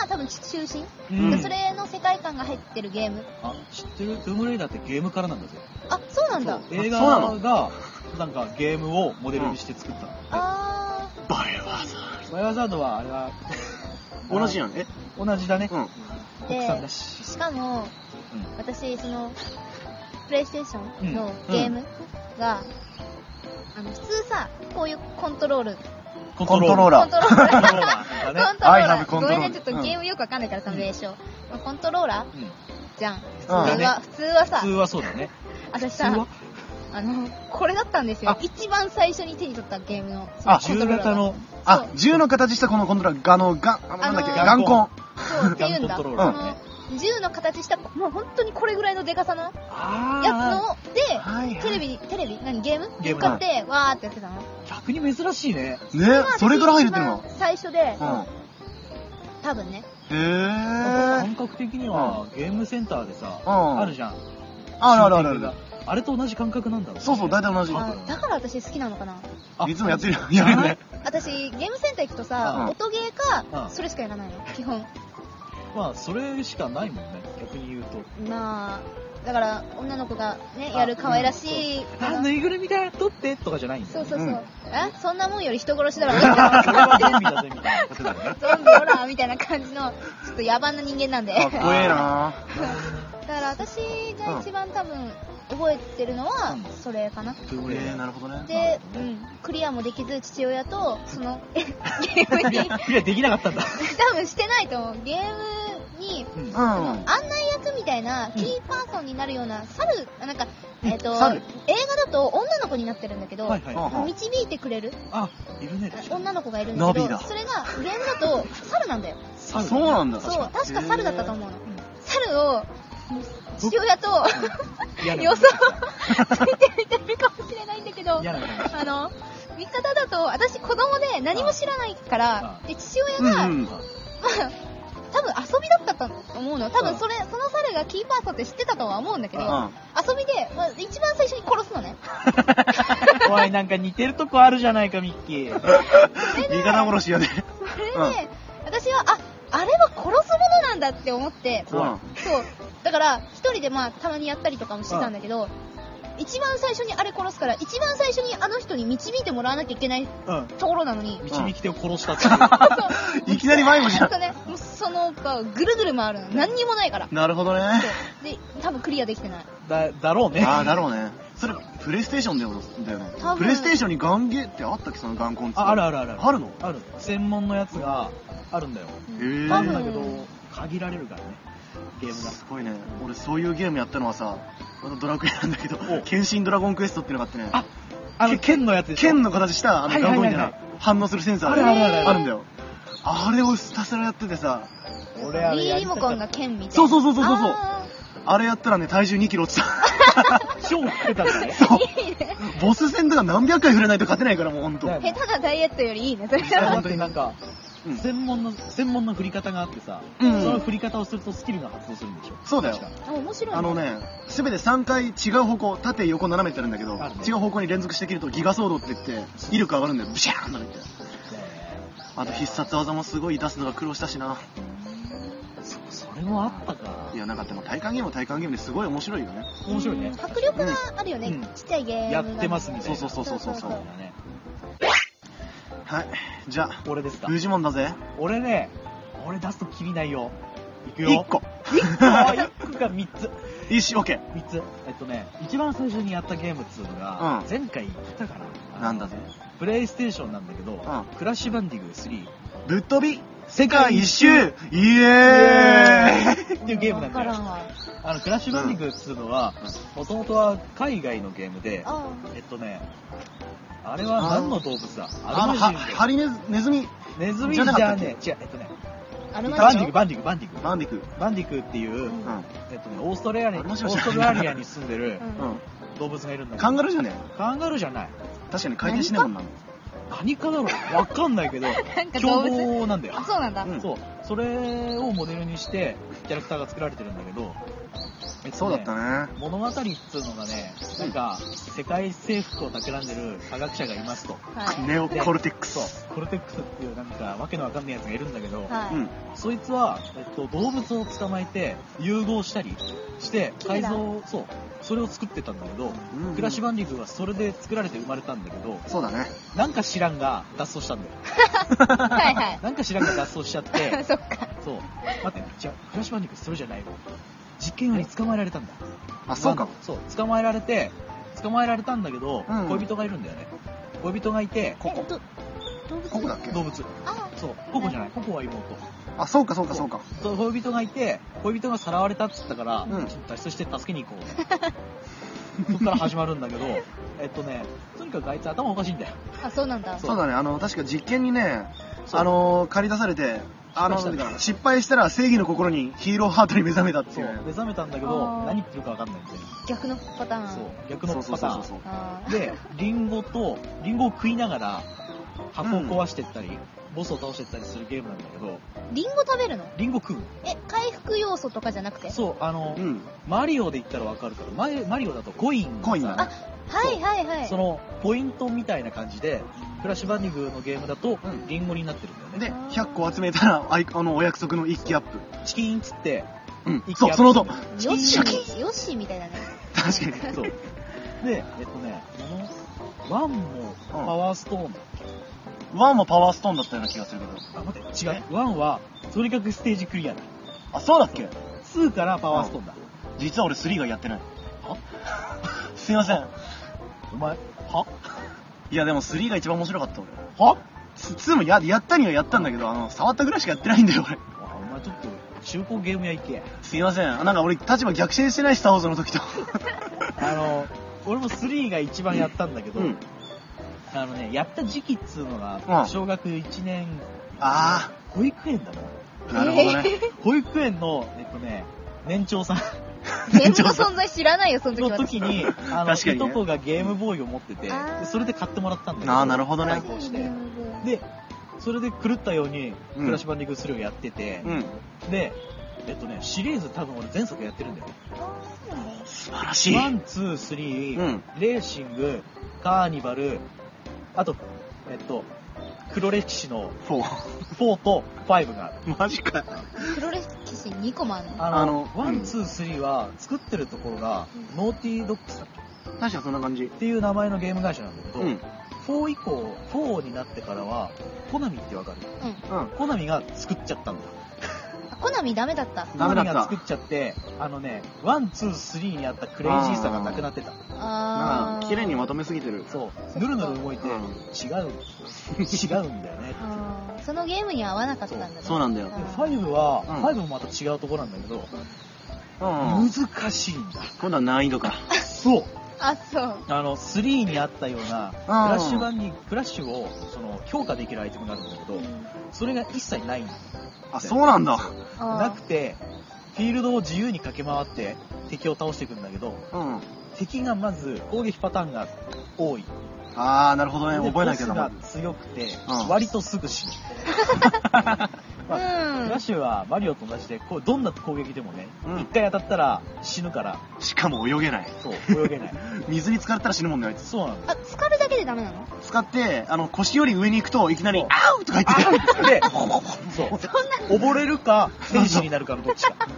が多分中心、
うん
でそれの世界観が入ってるゲーム。
あ知ってるトゥームレイダーってゲームからなんだぜ
あ、そうなんだ。
映画
そうなの
がなんかゲームをモデルにして作ったの
あー、
バイオハザー
バイオハザードはあれは
[LAUGHS] ド同じや
ん
んえ
同じだね、
うん
国産だし、
しかも、
うん
私、その、プレイステーションのゲームが、あの、普通さ、こういうコントロール、
コ
ントローラ
コントロ
[LAUGHS]
ーラー。
コントロー
[LAUGHS]
ラーだね
コントロー
I
ラ
have
ー。
control
ごめんね、ちょっとゲームよくわかんないから、その名称。まあコントローラー
うん
じゃん。
うん
普通は、普通はさ
普通、はそうだね
私
普通
さ
は、
あの、これだったんですよ
あ。
一番最初に手に取ったゲームの。その
あ
コント
中
ローラー
型の
あ銃の形したこのコントローラーガのガンあのなんだっけ
あ
ガ
の
ン
ー
コン
そうっていうんだ。
ガンコントロー
ラー
その
ね
銃の形した、もう本当にこれぐらいのデカさのやつ
あ
の、で、
はいはい
テレビに、テレビ何ゲーム
ゲーム
買って、わーってやってたの。
ー逆に珍しいね
ねそれから入るっての
一番最初で、
は
多分ね。
うんへえ
感覚的にはゲームセンターでさ
うん
あるじゃん
あるあるあるあ
シューティング
る
があれと同じ感覚なんだろうね
そうそう大体同じ
あ
あだから私好きなのかな。
あ
いつもやってるやるよね
私、ゲームセンター行くと
う
さ
ん、
音ゲー
う
か、
ん
それしかやらないの、基本。
まあそれしかないもんね逆に言うと
まあ、だから、女の子がね、
あ
やる可愛らしい。あ
あ
の
ぬいぐるみだ取ってとかじゃないんだ
そ
よ
うそうそうう。
ん
えそんなもんより人殺しだろ、 [LAUGHS]
それは便利だぜみたいなことだよね
ゾンビホラーみたいな感じの、ちょっと野蛮な人間なんで。
かっこええな
だから私が一番多分覚えてるのは
うん
それかな。
ええなるほどね
で、うん、クリアもできず父親と
[LAUGHS]
そのゲーム
い
に
やいやできなかったんだ
多分してないと思う。ゲームに
うん
うん
案内役みたいなキーパーソンになるような猿、あなんか、えっ、と、
猿
映画だと女の子になってるんだけど、
はいはい
うん
導いてくれる
あいるね
女の子がいるんだけ
ナビだ
ど、それがゲームだと猿なんだよ。
猿
そうなんだ
そう、確か猿だったと思うの。猿を、もう
僕
父親と、 [LAUGHS]
嫌な
予想ついてみてるかもしれないんだけど、
嫌な感
あの、味方だと、私子供で何も知らないから
う、ん
で、父親
うん
が、
うん
じ
まあ、多分遊びだったと思うの。多
う
分
ん
それ、その猿がキーパーソンって知ってたとは思うんだけど、
うん
遊びで、まあ、一番最初に殺すのね。
おいなんか似てるとこあるじゃないかミッキー
味方殺しやね
それで、
うん
私は、あ、あれは殺すものなんだって思って、
うん
怖い
そう。だから、一人でまあ、たまにやったりとかもしてたんだけど、一番最初にあれ殺すから、一番最初にあの人に導いてもらわなきゃいけない
うん
ところなのに、
導き手を殺したって [LAUGHS] いう
いきなり迷子じ
ちょ
ゃ
っ
ん
とね、もうその場をぐるぐる回るの。何にもないから。
なるほどね
そうで、多分クリアできてない。
だだろうね
ああだろうねそれプレイステーションだよだよね
多分
プレイステーションにガンゲーってあったっけそのガンコンって
ああるあるある
あるの
ある専門のやつがあるんだよ
へー
あるんだけど限られるからねゲームが
すごいね俺そういうゲームやったのはさあのドラクエなんだけど
お
「剣心ドラゴンクエスト」っていうのがあってね
ああの剣のやつでしょ
剣の形した
は
あの
いは
ガ
い
ン
はい
コン
はい
みたいな反応するセンサー
あるあるある
あるんだよあれをひたすらやっててさ
俺あれ
リ
や
ー
り
リ
たか
モ
った
コンが剣みたいな。
そうそうそうそうそうそう
あ
あれやったらね体重2キロ落ちた
[LAUGHS] 超食ってたんだね
そう
ーいいね。
ボス戦とか何百回振れないと勝てないからもうほんと
だよね
下手なダイエットよりいい
[LAUGHS]
ね、それ
いや
は。
本当になんか
うん
専門の専門の振り方があってさそ
うん
の振り方をするとスキルが発動するんでしょ
そうだよ
確か
あ、面白い。
あの。ね全て3回違う方向縦横斜めってあるんだけど
あるね
違う方向に連続して切るとギガソードって言って威力上がるんだよブシャーンとか言ってあと必殺技もすごい出すのが苦労したしな
そそれもあったか
いやなんかでも体感ゲームは体感ゲームですごい面白いよね
面白いね
迫力があるよね
うん。
ちっちゃいゲーム
や
が
っ
ね。
てますみたいな
そうそうそうそうそう
そうだね
はいじゃあ
俺ですか
フジモンだぜ
俺ね俺出すときりないよいくよ
1個
あ1個か3つ
一しオッケ
3つえっとね一番最初にやったゲームっつうのが、
うん
前回言ったか
ー
な
なんだぜ
プレイステーションなんだけど、
ん
クラッシュバンディング3
ぶっ飛び
世
世界一周イエーイ
っていうゲームなんだ
わ
よ
からんわ。
あのクラッシュバンディングっつうのはもともとは海外のゲームで
あ
えっとねあれは何の動物だ
あ
ア
の
ル
は
マジ
ハリネズネズミ
ンネズミ
ミ
じ
じ
ゃ
ゃなかったっけ
ね違うえっとね
ーアルマ
バンディ
ジ
ン
ロ
グバンディングバンディング
バンディク
バンディクっていう、
うん
うん
えっとね、オーストラリアにオ
あれ
ー
もしもし
ストラリアに住んでる
うん
う
動物がいるんだ
ん
けど
カンガルーじゃね
カンガルーじゃない
確かに回転しないもんな
何かだろうわかんないけど
なんか動
凶
物
暴なんだよ
あ、そうなんだ。
うん
そうそれをモデルにしてキャラクターが作られてるんだけど、えっとね
そうだったね
物語っつうのがねなんか世界征服を企んでる科学者がいますと
はい。
ネオコルテック
そう
ス
コルテックスっていうなんかわけのわかんないやつがいるんだけど、
う
は
ん
そいつは、えっと、動物を捕まえて融合したりして
キメ
改
ラ
造そうそれを作ってたんだけど、
うん
クラッシュバンディングはそれで作られて生まれたんだけど
そうだね
なんか知らんが脱走したんだよ
い。はいはい。
なんか知らんが脱走しちゃっ
[LAUGHS]
て
[LAUGHS] そっか。
そう待ってじゃあクラッシュバンディングそれじゃないわ実験用に捕まえられたんだ
あそうか
まあそう捕まえられて捕まえられたんだけど、
うん
恋人がいるんだよね恋人がいて
ここ
えど動物
ここだっけ
動物
あ
そうココじゃないココは妹
あそうかそうかそうか
そう恋人がいて恋人がさらわれたっつったから、
うん
ちょっと脱出して助けに行こうそっから始まるんだけ
[LAUGHS]
どえっとねとにかくあいつ頭おかしいんだよ
あ、そうなんだ。
そう
そうだねあの確か実験にね
そう
あのー借り出されてあの、
失敗したんだ
失敗したら正義の心にヒーローハートに目覚めたって
そ
いううね。
目覚めたんだけど
あー
何言ってるか分かんないみたい
逆のパターン
なそう逆
そ
の
うそ
パ
う
タ
そう
ー
そ
ン
う。
あー
でリンゴとリンゴを食いながら箱を壊してったり、ボスを倒してったりするゲームなんだけど
リンゴ食べるの
リンゴ食う
え回復要素とかじゃなくて
そうあの、
うん。
マリオで言ったら分かるからマリマリオだとコインがさ
コインだね
あはいはいはい
そのポイントみたいな感じでクラッシュバンディングのゲームだと
うん
リンゴになってるんだよね、
で、100個集めたら、あい [LAUGHS] あの、お約束の1機アップ。
チキンっつって
うん
一。気
そう、
アップ
その音。
ヨッシ
チキン
ーヨッシーみたいだ
[LAUGHS]
ね
確かに。
そうでえっとねあのワンもパワーストーンだ、
ワンもパワーストーンだったような気がするけど。
あ待って違うワンはとにかくステージクリアだ
あ、そうだっけ
2からパワーストーンだ、
実は俺3がやってない
は。
[LAUGHS] すいません。
お前
[LAUGHS]
はい
やでも3が一番面白かった俺。
は
ツ2もややったにはやったんだけど、あの、触ったぐらいしかやってないんだよ俺。 [LAUGHS]
あお前ちょっと中古ゲーム屋行け
すいません。なんか俺立場逆転してないスターウォーズの時と。
あ
[LAUGHS]
の俺も3が一番やったんだけど、。あのねやった時期っつうの
う
が
ん
小学1年
[LAUGHS] あ
保育園だもん
あ、なるほどね。
保育園のえっとね年長さん
[LAUGHS]
全部存在知らないよその時
の
は
時に、あの、
確かにね
いとこがゲームボーイを持ってて、
あー
でそれで買ってもらったんだけど。
ああ、なるほどね
最。
ゲ
後して
ームボーイ
で、それで狂ったように、
うん
クラッシュバンディング3をやってて、
うん。
で、えっとね、シリーズ多分俺全作やってるんだよね。
あそうなんだ
素晴らしい。
ワン、ツー、スリ
う
ー
ん、
レーシング、カーニバル、あと、えっと、黒歴史の
フォ
4と5がある。
ー。 [LAUGHS] マジかよ。
黒歴史2個もあるの
あの
あの、
ワ
う
ン、
ん
ツー、スリーは作ってるところが、ノーティードックスだっけ
確かそんな感じ
っ。ていう名前のゲーム会社なんだけど、
うん。うん。
4以降、4になってからは、コナミってわかるコナミが作っちゃったんだ。
あコナミダメだった
ダメだっ
コナミ
た
が作っちゃって、あのね、ワン、ツー、スリーにあったクレイジーさがなくなってた。
な
あ
あ
あ
綺麗にまとめすぎてる。
そう。ぬるぬる動いて、
うん
違う、違うんだよね。
あーそのゲームには合わなかったんだね
そうなんだよ
で、。5は、
うん
5もまた違うとこなんだけど、
うん。今
難しいんだ。
度は難易度か。
そう。
あそう
あの、3にあったような、クラッシュ版に、クラッシュを、その、強化できるアイテムがあるんだけど、それが一切ないんだ。
[LAUGHS] あ、そうなんだ。
な
あ
くて、フィールドを自由に駆け回って、敵を倒していくんだけど、
うん。
敵がまず攻撃パターンが多い。
ああ、なるほどね。
で
覚えなきゃ
ボス
だも
が
ん。
強くて、
うん
割とすぐ死ぬ。まあク
ー
ラッ
う
シュはマリオと同じで、こうどんな攻撃でもね、一、
うん
回当たったら死ぬから、
しかも泳げない。
そう、泳
[LAUGHS]
げない。
水に浸かれたら死ぬもんね、あいつ。
そうなん
んあ疲れだけでダメなの
使って、あの、腰より上に行くといきなり
そう、
あうとか言って [LAUGHS]
だ。で、
た。
そう、
そんな
溺れるか、天使になるかのどっちか。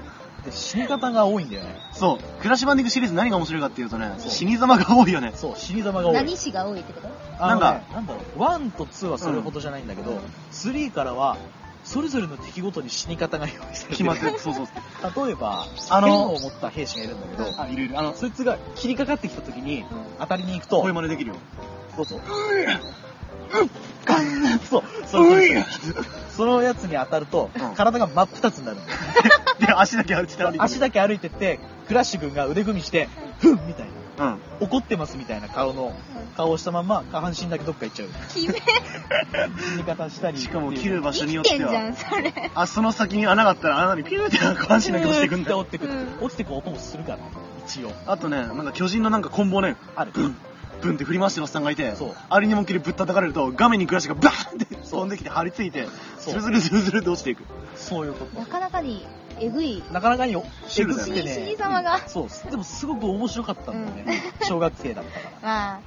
で、死に方が多いんだよね。
そう。クラッシュバンディングシリーズ何が面白いかっていうとね、
そう
死に様が多い
[LAUGHS]
よね。
そう、死に様が多い。
何しが多いってこと
あのね
なん
なんだろう、1と2はそれほどじゃないんだけど、3からは、それぞれの敵ごとに死に方が用意されて
決
る
まってる。そうそう。
例えば、
あの
剣を持った兵士がいるんだけど、
あ、いるいる。あの、
そいつが切りかかってきた時に
ん、
当たりに行くと、
声真似できるよ。
そうそう。そう、それそれそのやつに当たると
うん、
体が真っ二つになるんだよ
で、足だけ歩いてたら
[LAUGHS] 足だけ歩いてって、クラッシュ君が腕組みして、ふんみたいな。
うん。
怒ってますみたいな顔の、顔をしたまま、下半身だけどっか行っちゃう。
決め
死に方したり。
しかも切る場所
生
によ
き
ってて
んじゃ
は
ん、それ
あその先に穴があったら穴にピューって下半身だけ落ちてくんだよ
落ちてく
うん
落ちてく音もするから、一応。
あとねなんか巨人のなんかコンボね
ある。
ブンブンって振り回してるおっさんがいて
そう
あれにもっきりぶったたかれると画面にクラッシュがバーンって飛んできて張り付いて
そう
スルスルスルスルって落ちていく
そういうこ
なかなかにえぐい
と。なかなかによ、
シュールだ
エ
よ
グく
ね
て
死に
ね。
様が
そう、でもすごく面白かったんだよね。小学生だったか
まあ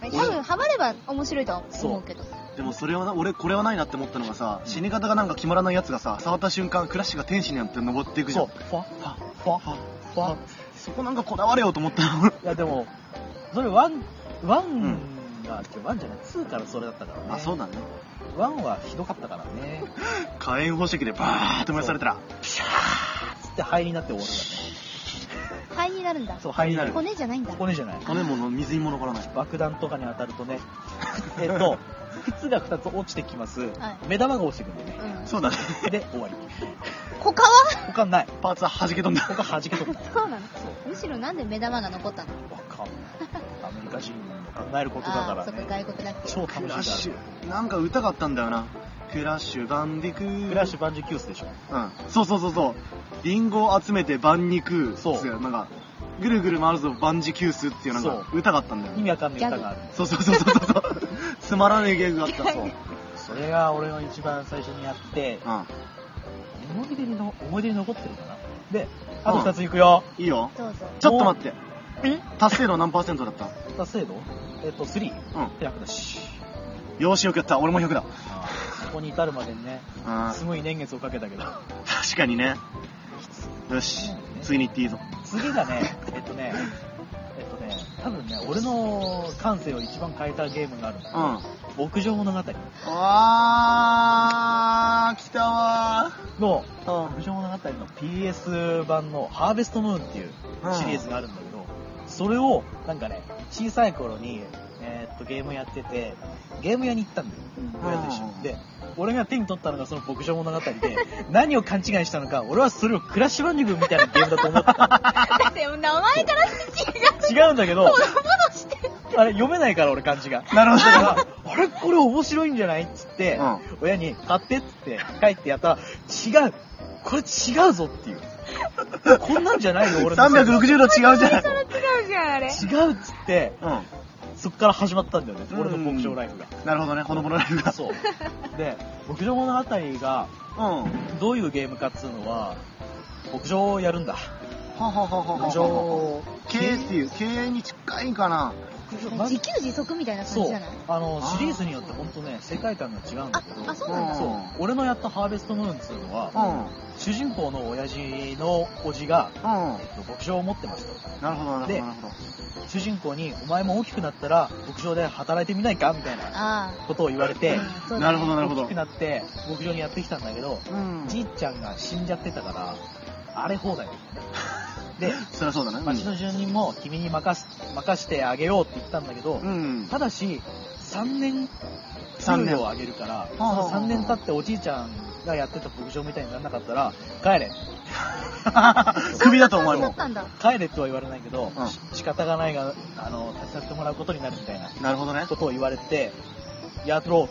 らね。
多分ハマれば面白いとは思うけど
でもそれはな俺これはないなって思ったのがさ死に方がなんか決まらないやつがさ触った瞬間クラッシュが天使になって登っていくじゃ
そ
ん
う、ファ、ファ、ファ、ファ。
そこなんかこだわれようと思ったの
いやでも、それワン、ワン
ん
が、ワンじゃない、ツーからそれだったからね。
あそうだね
ワンはひどかったからね。
火炎放射器でバーって燃やされたら
つって灰になって終わるから
灰になるんだ
ね。そう、灰になる。
骨じゃないんだ
骨じゃない。
骨もの水にも残らない
爆弾とかに当たると [LAUGHS] ね、えっと、靴が2つ落ちてきます。
い
目玉が落ちてくるんだよ
うん
そうだね
ね。で、終わり。
他は
他ない。
[LAUGHS] パーツは弾け飛んだ
他弾けとった。
そうなのむしろなんで目玉が残ったの
わかんない。アメリカ人の考えることだか
あー
ら
そっか
ね。
外国だっけ
超楽しい
ク
だ
ラッ
ろう
シュなんか歌があったんだよなクラッシュバンディクー
クラッシュバンジュキュースでしょ
うんそうそうそうそうリンゴを集めて万肉
そう
なんかぐるぐる回るぞ万事休すっていうなんか
そ
歌があったんだよ
意味わかんない歌がある
そうそうそうそうそうつまらねえギャグがあったそう、うん、
それが俺の一番最初にやって思い出にの思い出に残ってるかなであと2ついくよ、
いいよ
どうぞ。
ちょっと待って
え
達成度何パーセントだった
達成度えっと3
うん
って役だし
よーしよくやった俺も100だ
あーそこに至るまでにね
うん
すごい年月をかけたけど
確かにねよし次に行っていいぞ
次がねえっとねえっとね多分ね俺の感性を一番変えたゲームがあるんだ
うん
牧場物語
あー来たわ
の
ー
牧場物語の PS 版の「ハーベストムーン」っていうシリーズがあるんだけど、それをなんかね小さい頃に、えーっとゲームやっててゲーム屋に行ったんだよ
うん
親と一緒
うん
にで俺が手に取ったのがその牧場物語で何を勘違いしたのか俺はそれをクラッシュバンディブみたいなゲームだと思ってた
だって名前からして違う。
違うんだけど
子供の視点
あれ読めないから俺漢字が
なるほ
だ
ど
からあれこれ面白いんじゃないっつって、
うん
親に買ってっつって帰ってやったら違うこれ違うぞっていうこんなんじゃないよ俺の
360度違うじゃない
違うじゃん、あれ。
違うっつって
う
そっから始まったんだよね、
うん
俺の牧場ライフが、
んなるほどねほのぼのライフが
そうで牧場物語が
うんは
どういうゲームかっつうのは牧場をやるんだ
はははは
牧場を
経営っていう経営に近いかな
まず
自給自足みたいな感
そ
じ
う
じゃない
あのシリーズによって本当ね世界観が違うんだ
あ
けど、
あ、そうなんだ。
う
そう俺のやったハーベストムーンっつうのは、
うん
主人公の親父のおじが、
うん
えっと、牧場を持ってました
なるほどなるほど
で
なるほど
主人公に「お前も大きくなったら牧場で働いてみないか?」みたいな
あ
ことを言われて
あ。そう
な
だね
るほどなるほ
大
ど
きくなって牧場にやってきたんだけど
うん
じいちゃんが死んじゃってたから荒れ放題だったね
そりゃそうだね
で町の住人も君に任す任してあげようって言ったんだけど、
うん
ただし3年
三
給
年
料をあげるからそ
あはあは
の
あ
3年経っておじいちゃんがやってた牧場みたいにならなかったら帰れ
首だとお前
そうだっ
も
たんだ。
帰れとは言われないけど、
うん
し仕方がないがあの立ち去ってもらうことになるみたいな
なるほどね
ことを言われてやろ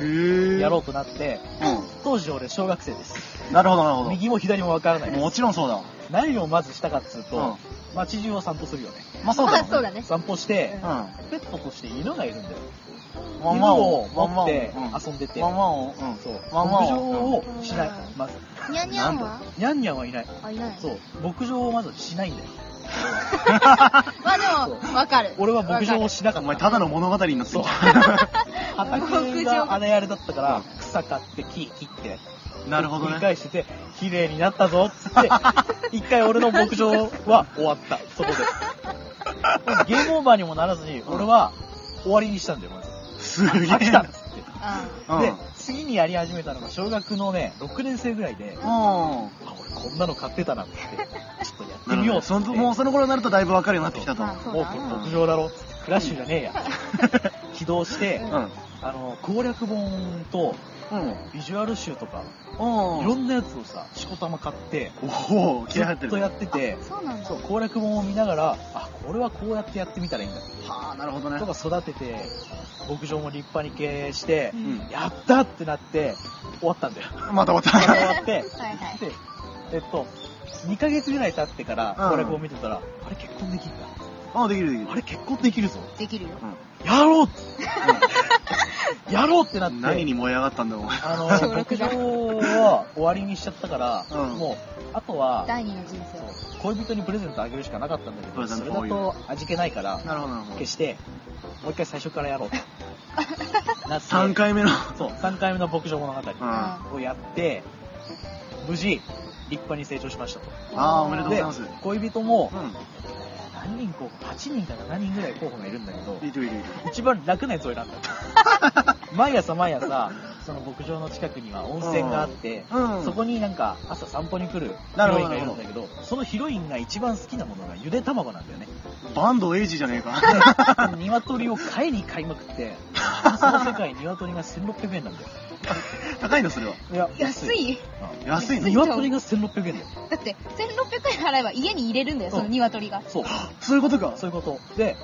へ
う
え
やろうとなって
う
当時俺小学生です
んなるほどなるほ
右も左も分からない
どもちろんそうだわ
何をまずしたかっつうと、
うん
街中を散歩するよね
まあそうだ
あ
ろ
そう
ね
だね。
散歩して
うん、ワ
ペットとして犬がいるんだよ
ン
犬
ワン
を
を
持って
ワンワンを
遊んでて、
ワンワンをうん
そう
ワンワン
牧場を
うん
しない
うん
まず
にゃんにゃんは
にゃんにゃんはいない
あ、いない。
そう牧場をまずしないんだよ
まあでも、わかる。
俺は牧場をしなか
お
った
前ただの物語になって
そう
る
畑が穴やれだったから草買って木切って
[LAUGHS] なるほど
繰り
ね
返してて綺麗になったぞっつって
[LAUGHS]
一回俺の牧場は終わったそこでゲームオーバーにもならずに俺は終わりにしたんだよまず
すげえ
飽きたっつって
あ
うん
で次にやり始めたのが小学のね6年生ぐらいで
うん
あ俺こんなの買ってたなってちょっとやって
なる
み
ほ
よう
ど
っつ
そ
って
のもうその頃になるとだいぶ分かるようになってきたと
あ。そう
もう
だ
これ
な。
牧場だろっつってクラッシュじゃね
[LAUGHS]
えや起動して、
う
うんんうん
あの攻略本とビジュアル集とかいろ
うん
んなやつをさしこたま買って
おお気
ず
合入って
っと
る
やってて
あそうなんだ
そう。攻略本を見ながらあこれはこうやってやってみたらいいんだ
はあなるほどね
とか育てて牧場も立派に経営して
う
うん
[LAUGHS]
ん
やったってなって終わったんだよ
またま
終
[LAUGHS] た
わって
はいはい。
でえっと2ヶ月ぐらい経ってから
うん
攻略本見てたら、あれ結婚できるんだ
あできるできる
あれ結婚できるぞ
できるよ。
やろうっつってやろうってなって
何に燃え上がったんだお前 [LAUGHS]
あの
小
牧
六
場
だ
は終わりにしちゃったから、
うん
もうあとは
第二の人生。
恋人にプレゼントあげるしかなかったんだけ
プ
ど
レゼン
そ
ト
れ
フォ
だ
ーユー
と味気ないから
なるほどなるほど
消してもう一回最初からやろう
[LAUGHS]
となって
3回目の
そう3回目の牧場物
う
語
ん
あ
をやって無事立派に成長しましたと
ああおめでとうござい
で
ますう
恋人も
ん
何人候補8人か7人ぐらい候補がいるんだけど
いいといいといい
一番楽なやつを選んだ毎朝毎朝その牧場の近くには温泉があって、
とうん
そこになんか朝散歩に来るヒ
なる
ロイ
ほど
ンがいるんだけどそのヒロインが一番好きなものがゆで卵なんだよね
バンドエイジじゃねえか [LAUGHS]
鶏を買いに買いまくってその世界鶏が1600円なんだよ
高いのそれはい
や
安い
うん
安いの
鶏が1600円だよ
だって、1600円払えば家に入れるんだよ、その鶏が。
そう
そういうことか
そういうことで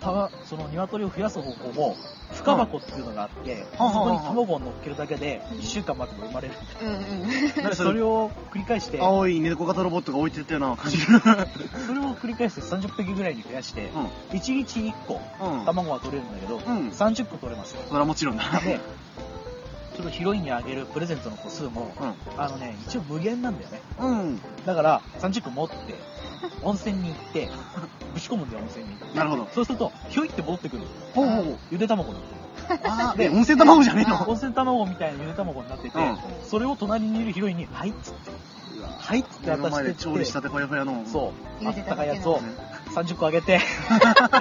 たその鶏を増やす方法も、孵化箱っていうのがあって、そこに卵を乗っけるだけで、1週間待てば生まれる。
何
そ
それ
れを繰り返して、
青い猫型ロボットが置いてったような感じ。
それを繰り返して30匹ぐらいに増やして、
う
1日1個
ん。うん。
卵は取れるんだけど、
ん
30個取れますよ。
それはもちろんだ。
で、ちょっとヒロインにあげるプレゼントの個数も、あのね、一応無限なんだよね。
うん。うん。
だから、30個持って、温泉に行って、ぶち込むんだよ、温泉に。
なるほど。
そうすると、ひょいって戻ってくる。
ほうほうほう。
ゆで卵に。
あー
で
え温泉卵じゃねえの
温泉卵みたいなゆで卵になってて、
う
それを隣にいるヒロインに、はいっつって、はいっつって
目の
渡し
前
てっ
で
て、
調理したてほやほやの。
そう、あ
茹
っ
で
た
ただけの
かいやつを30個あげて、 [LAUGHS]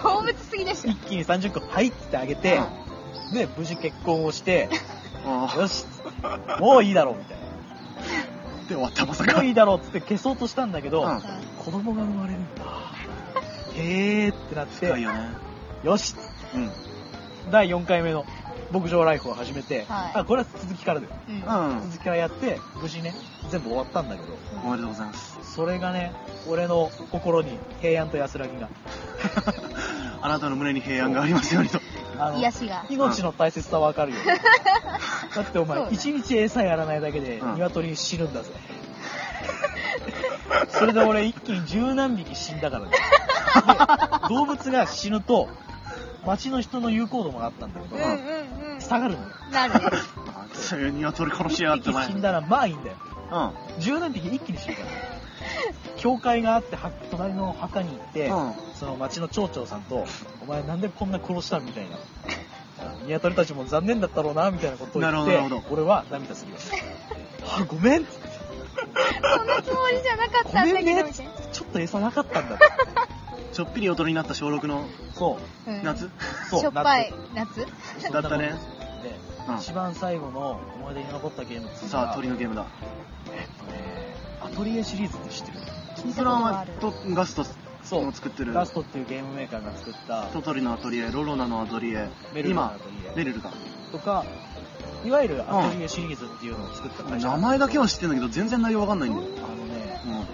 好物すぎでしょ
一気に30個、はいっつってあげて、で、無事結婚をして、
あー
よし、もういいだろう、みたいな。
で終わったまさ
も
か。
ういいだろうっつって消そうとしたんだけど、
うん
子供が生まれるんだ。 [LAUGHS] へーってなっ
深い
て、
よね。
よし、
うん。
第4回目の牧場ライフを始めて、
はい
あ、これは続きからだよ。
うん
うん。
続きからやって、無事ね、全部終わったんだけど、
おめでとうございます。 [LAUGHS]
それがね、俺の心に平安と安らぎが。
あなたの胸に平安がありますようにと。
あの
癒しが
命の大切さわかるよ。だってお
そう
前、
ね
一日餌やらないだけで
うん
鶏死ぬんだぜ。それで俺一気に十何匹死んだからね。
[LAUGHS]
で動物が死ぬと、町の人の友好度もあったんだけど、
うんうんうん
下がるんだ
な
よ。
るね
あーついに鶏殺しやがっ
一
てお
匹
前。
死
うんん。
だらまあいいんだよ。
うん。
十何匹一気に死ぬから。教会があって、は隣の墓に行って、その町の町長さんと、お前なんでこんな殺したんみたいな。鶏たちも残念だったろうな、みたいなことを言っ
なるほどなる
て、俺は涙
[LAUGHS]
するよ。あ、ごめんつって
そんなつもりじゃなかっ
ご
たんだ
め
け
ん
ど
ね
みたいな
ちょっと餌なかっ
[LAUGHS]
たんだ。
ちょっぴり大人になった小6の
そう
うん
[LAUGHS] 夏
そう。
しょっぱい夏
夏。そん
だ
なこと
ったね。
で、
うん。
一番最後の思い出に残ったゲームっていうの
さ
が
あ、鳥のゲームだ。
えっとね、アトリエシリーズって知ってる
聞い
そ
た
れ
こ
は
と
お
があ
前
る
とガスト
そ
の
う。
作ってる
ガストっていうゲームメーカーが作った、
トトリのアトリエロロナのアトリエ
メルルのア
今
トリ
メルルか
エとか、いわゆるアトリエシリーズっていうのを作った会社。
名前だけは知ってんだけど全然内容わかんないんだよ、
あのね、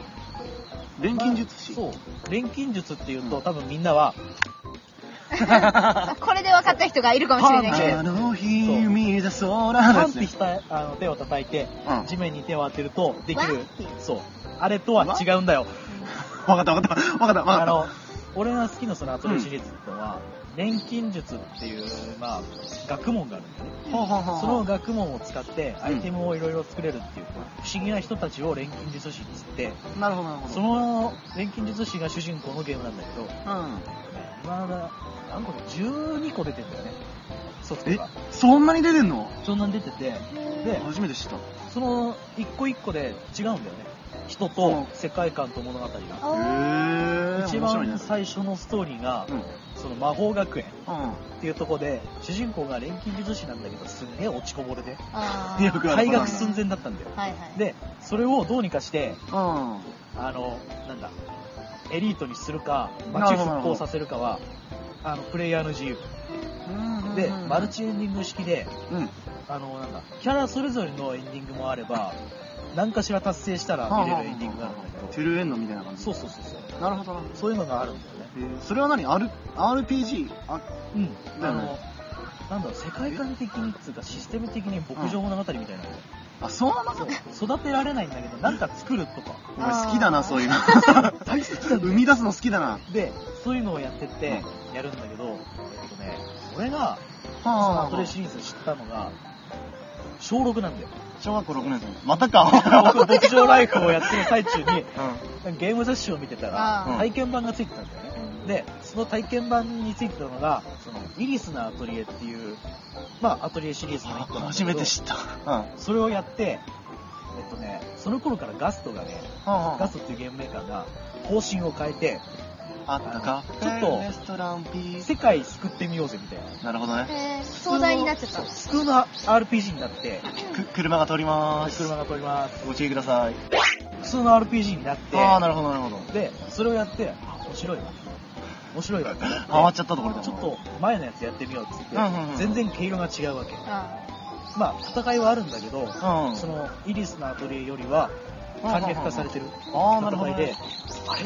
うん、錬金術師、
そう。錬金術っていう
う
と、
ん
多分みんなは、
あこれで分かった人がいるかもしれないけ
そう
ど
あの日
そう
見た空
パン
で
っ
す
て
ね
ひたあの手を叩いて、
うん、わ
地面に手を当てるとでき
わ
る
っていう。
そう。あれとは違うんだよ。
かったわかったわかったわか
あ
った
の、俺が好きなそのアトリエシリーズってのは、錬金術っていう、まあ、学問があるんだよね。
ほうほうほう
その学問を使って、アイテムをいろいろ作れるっていう、不思議な人たちを錬金術師っつって、
なるほどなるほど
その錬金術師が主人公のゲームなんだけど、
うん、
まだ、何個で12個出てんだよね。ソフト
え
が。
そんなに出てんの
そんなん出てて、で、
初めて知った
その一個一個で違うんだよね人と世界観と物語が、
へえ
一
面白いね
番最初のストーリーが、
うん
その魔法学園
う
っていうとこで主人公が錬金術師なんだけどすんげえ落ちこぼれで
あ
よくある
退学寸前だったんだよ
はいはい
でそれをどうにかして
んうん
あのなんだエリートにするか
な
街
る
を
ほど
復興させるかはあのプレイヤーの自由でマルチエンディング式で
うん
あのなんだキャラそれぞれのエンディングもあれば何かしら達成したら見れるエンディングがあるんだけど
トゥルーエンドみたいな感じ
そうそうそうそう。
なるほどな
そういうのがあるんだよね。
えーそれは何 R RPG あ
うん。
だ
あ
よ
の
ね、
なんだろう、世界観的にっつうか、システム的に牧場物語みたいなのよ。
あそうなの
そう育てられないんだけど、なんか作るとか。
お前好きだなそういう [LAUGHS] の
大好き
生み出すの好きだなは
で、そういうのをやってって、やるんだけど、えっとね、俺が、そのアトレシリーズ知ったのが、小6なんだよ。
小学校6年生またか
僕、牧場ライフをやってる最中に、
う
ゲーム雑誌を見てたら
あ
ー、
体験版がついてたんだよね。で、その体験版についてたのが、その、イリスのアトリエっていう、まあ、アトリエシリーズの一個なんだけど
初めて知ったうん
それをやって、えっとね、その頃からガストがね、ガ
あ
ストっていうゲームメーカーが方針を変えて、
ったか
ちょっと
レストランピース
世界救ってみようぜみたいな。
なるほどね
えー壮大になっちゃった
そう普通の RPG になって、
く車が通りまーす
車が通ります。
ご注意ください
普通の RPG になっ
ああ
て、
なるほどなるほど
で、それをやって、あ、面白いわ。面白い
[LAUGHS]
わ。
ハマっちゃったところだ
ちょっと前のやつやってみようっつって
うんうんう、ん
全然毛色が違うわけ。
あ
まあ、戦いはあるんだけど、
うん
そのイリスのアトリエよりは簡略化されてる
ああなるほど
戦いで
ね、
あれ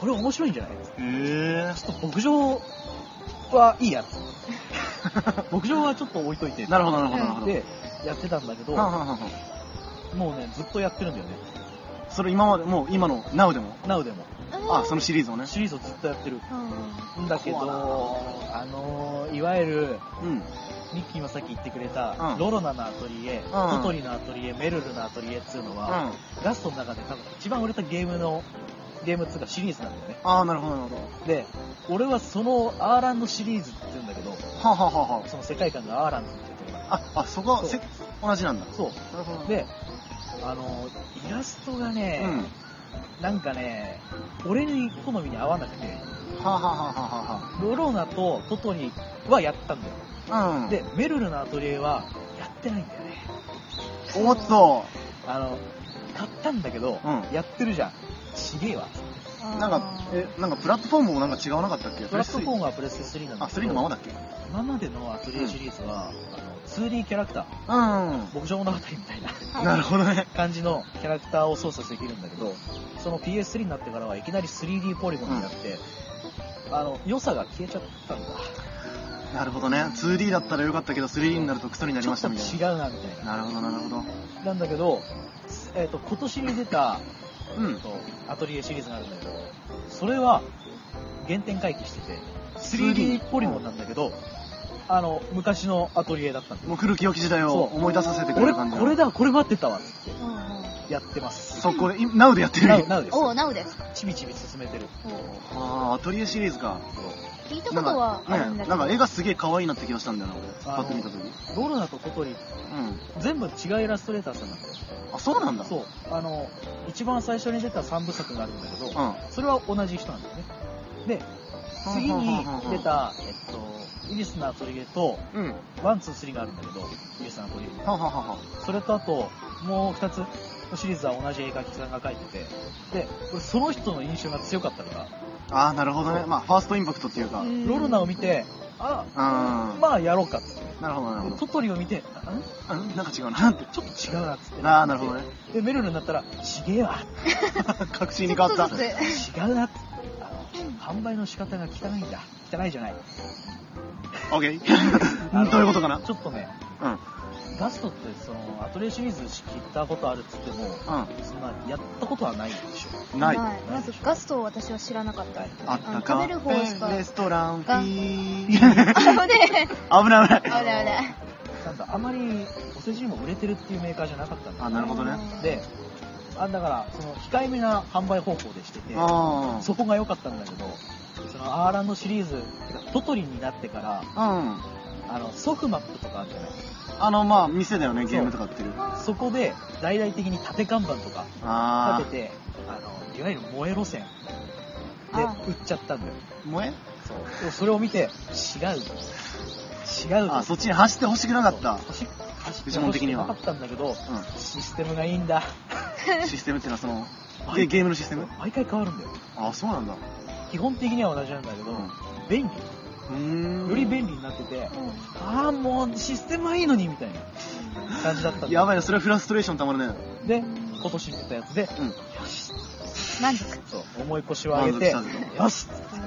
これ面白いんじゃない
へえ
ちょっと牧場はいいや
[LAUGHS]
つ。牧場はちょっと置いといて。
なるほどなるほどなるほど
で、やってたんだけど、
はんは
も
んはんは
う
ん
ね、ずっとやってるんだよね。
それ今までもう今の NOW でも
Now でも。
あそのシリーズをね
シリーズをずっとやってる。
うん
んだけど、
怖いな
あのー、いわゆる、
うん
ミッキーもさっき言ってくれた、
うん
ロロナのアトリエ、
ん
トトリのアトリエ、メルルのアトリエっていうの
うん
は、
あ
ガストの中で多分一番売れたゲームの、ゲームっていうかシリーズなんだよね。
あなるほどなるほど
で、俺はそのアーランドシリーズって言うんだけど、
はあはあはあは
その世界観がアーランドって言うところ
あああそこはせ同じなんだ
そう。
なるほど
で、あの、イラストが
う
ね、
ん
なんかね、俺の好みに合わなくて、
はあはあはあは
ロローナとトトリはやったんだよ。
あはあうん
で、メルルのアトリエはやってないんだよね。
おっと
あの、買ったんだけど、
うん
やってるじゃん。ちげえわ。
なんかえなんかプラットフォームもなんか違うなかったっけ
プラットフォー
ム
ムはプレステ3なん
あ
だけ
3
ど、
のままだっけ
今までのアトリエシリーズは、あの 2D キャラクター、
う
牧場物語みたいな
んなるほどね
感じのキャラクターを操作できるんだけど、その PS3 になってからはいきなり 3D ポリゴンになって、あの、良さが消えちゃったんだ。
なるほどね 2D だったらよかったけど 3D になるとクソになり
ちょ
ま
っ
し
と
た
違
みたいう
な、みたいな。
ななるほどなるほど
なんだけど、えっ、と、今年に出た、
う
えっ
ん
とアトリエシリーズがあるんだけど、それは原点回帰してて、3D ポリゴンなんだけど、あの、昔のアトリエだったんだよ
もう古き良き時代を
そう
思い出させてく
俺、
れる感じの
これだ、これ待ってたわっつっ
うんうん
てやってます。
そこで NOW でやってる
なう、なうです。
おう、なおです。
ちびちび進めてる。
あーアトリエシリーズか
聞いたことはあるん
ね
だけ
な
ど。
んか絵がすげえ可愛いなって気がしたんだよな俺パッと見た時う
ロロナとコトリ、
ん
全部違うイラストレーターさんなんだよ。
あそうなんだ
そう。あの、一番最初に出た3部作があるんだけど、
ん
それは同じ人なんだよね。で、次に出た、えっと、イリスのアトリエと、
うんは
ワン、ツー、スリーがあるんだけど、イリスのアトリエ。
ははは
それとあと、もう二つのシリーズは同じ映画きさんが書いてて、で、俺その人の印象が強かったから、
ああなるほどねまあファーストインパクトっていうかうん
ロロナを見て、あ、
な
まあやろうかっつって。
るほどなる
で
ほ
トトリを見て、あん
どうんなんか違うなって
ちょっと違うなっつって。
ああなるほど
[LAUGHS]
ね
で、メルルになったら、ちげえわ、
確信に変わった
ちょっとず
違うなっつって。あの、販売の仕方が汚いんだ。汚いじゃない。
オッケーどういうことかな
ちょっとね、
うん
ガストってその、アトリエシリーズ聞いたことあるっつっても、そんな、やったことはないでしょ。
うんない
はいまずガストを私は知らなかった。
あった
あの
か
食べる方しか
レストランフ
が
ィー
あぶね
危ない危
え。
ない
あれあれ。
なんだ、あまりお世辞にも売れてるっていうメーカーじゃなかったんだ
あなるほどね
で、あだから、その控えめな販売方法でしてて、
ああ
そこが良かったんだけど、そのアーランドシリーズ、てかトトリになってから、
うん
あの、ソフマップとかあるじゃない
あのまあ店だよねゲームとか売ってる
そこで、大々的に縦看板とか
あ
立てて、あの、いわゆる萌え路線で
あ
売っちゃったんだよ。
あ萌え
そう。でもそれを見て、違うぞ。違うぞ。
あそっちに走ってほしくなかった
走走って
フジモン的には
欲しくなかったんだけど、システムがいいんだ。
うんシステムってのはそのゲゲームのシステム
毎回変わるんだよ。
あそうなんだ
基本的には同じなんだけど、便利
うん
より便利になってて、ああもうシステムはいいのにみたいな感じだったんだ
やばいなそれはフラストレーションたまるね
で今年出たやつで、
うん
よし
満足。
そう思い腰を上げて
満足したん
よし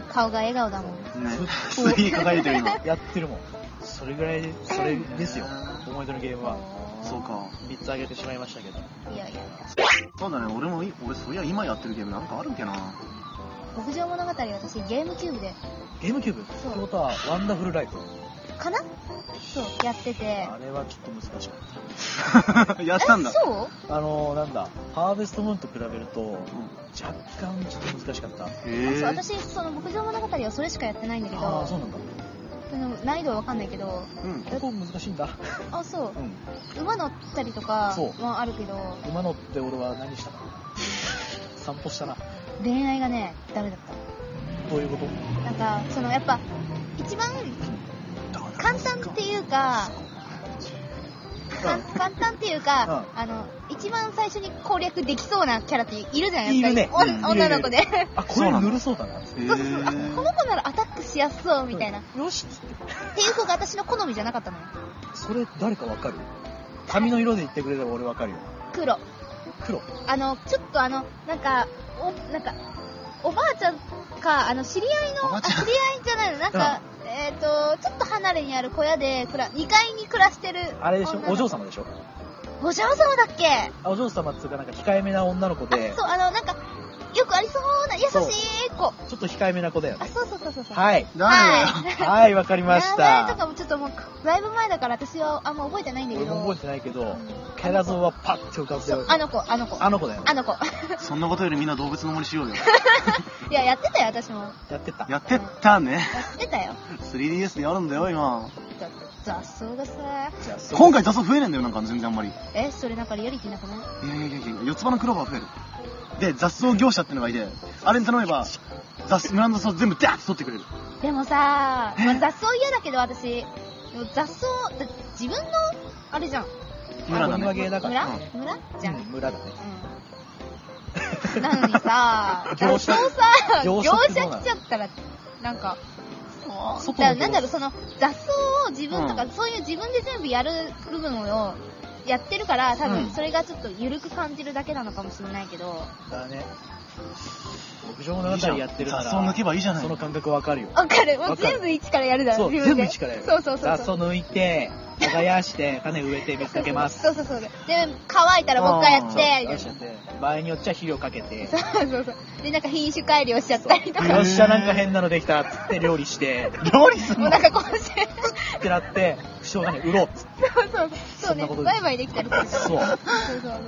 顔が笑顔だもん。
ね
ずっと
すげえ輝いて
[LAUGHS]
る今
やってるもんそれぐらいでそれですよ思い出のゲームは
そうか
3つ上げてしまいましたけど
いやいや。
そうだね俺もい俺そりゃ今やってるゲームなんかあるんけな
牧場物語私ゲームキューブで、
ゲームキューブって
そう
ことはワンダフルライフ
かなそう、やってて。
あれはちょっと難しかっ
やったんだ
えそう
たあのー、なんだハーベストムーンと比べると若干ちょっと難しかった
へえ
そう私、その牧場物語はそれしかやってないんだけ
ああ
ど、
そうなんだ
その難易度はわかんないけど、
うん
結構難しいんだ
あ、そう
う。ん
馬乗ったりとか
そう
はあるけど、
馬乗って俺は何したかな散歩したな
恋愛がね、ダメだった。
どういうこと
なんかそのやっぱ一番簡単っていうかかん簡単っていうか、あの一番最初に攻略できそうなキャラっているじゃない
い
です
るね
かお
うん
女の子で
あこれぬるそうだな
へえ
そうそう [LAUGHS] そうあこの子ならアタックしやすそうみたいな、っ
よしっつって
ていう子が私の好みじゃなかったのよ
それ誰かわかる髪の色で言ってくれれば俺わかるよ
黒
黒
あの、ちょっとあの、なんか、お、なんか、おばあちゃんか、あの、知り合い
おば
の、
あ
あ
ちゃん
知り合いじゃないの、なんか、えっ、と、ちょっと離れにある小屋で、くら、2階に暮らしてる。
あれでしょ
女の子
お嬢。様でしょ
お嬢様だっけ
あお嬢様っつうかなんか控えめな女の子で
あ、そう、あの、なんか、よくありそうな優しい子。
ちょっと控えめな子だよ
あ、
ね
そうそうそうそうそう。
はい
誰だよ
は
はいわかりまし
名前とか
た
もちょっともう、だいぶ前だから私はあんま覚えてないんだけ
俺
ど。
も覚えてないけどキャラ像はパッて浮かべて
そうあの子、あの子。
あの子だよね
あの子。 [LAUGHS]
そんなことよりみんな動物の森しようよ。
いや、やってたよ、私も。
や
や
ってた
やってた
[LAUGHS]
ね。
ってたよ。
3DS でやるんだよ、今。
だって雑草がさ、
じゃあそう
今回雑草増えねえんだよ、なんか全然あんまり。い
え、それなんかリアリティなくない
やいやいやいや、四つ葉のクローバー増える。で、雑草業者ってのがいて、あれに頼めば、雑村の雑草全部ダーッと取ってくれる。
でもさ、
え
まあ雑草嫌だけど私、でも雑草、だって自分の、あれじゃん。
村だ
お庭
ね。
芸だか
村
らうん
村じゃん。
う
うん
ん村だね、
うんなのにさ雑草さ、
[LAUGHS] 業
業
者
者
って
来
どうなの
ちゃったら、なんか、そ
外
う
の業者
だなんだろう、その雑草を自分とか、
うん
そういう自分で全部やる部分をやってるから、多
うん
分それがちょっと緩く感じるだけなのかもしれないけど、
だね牧場物語やってるから
いいじゃん雑草抜けばいいじゃない
その感覚わかるよ
わかる。も
わ
う
かる
全部一からやるだ
そ
ろ、
う
自
全
分
部
で。
一からやる
そうそうそう
雑
そう。
草抜いて耕して種植えて水かけます
そうそうそう。で、乾いたらもう一回やって、みたい
よ
な。
っしゃって場合によっちゃ肥料かけて
そうそうそう。で、なんか品種改良しちゃったりと
よっ
か。
しゃなんか変なのできたっつって料理して
料理すん
もう
の
なんかこうして。
ってなってしょうがない売ろうっつって
そうそう。そうね
そんなこと。です
バイバイできたりするから。
そう
そうそう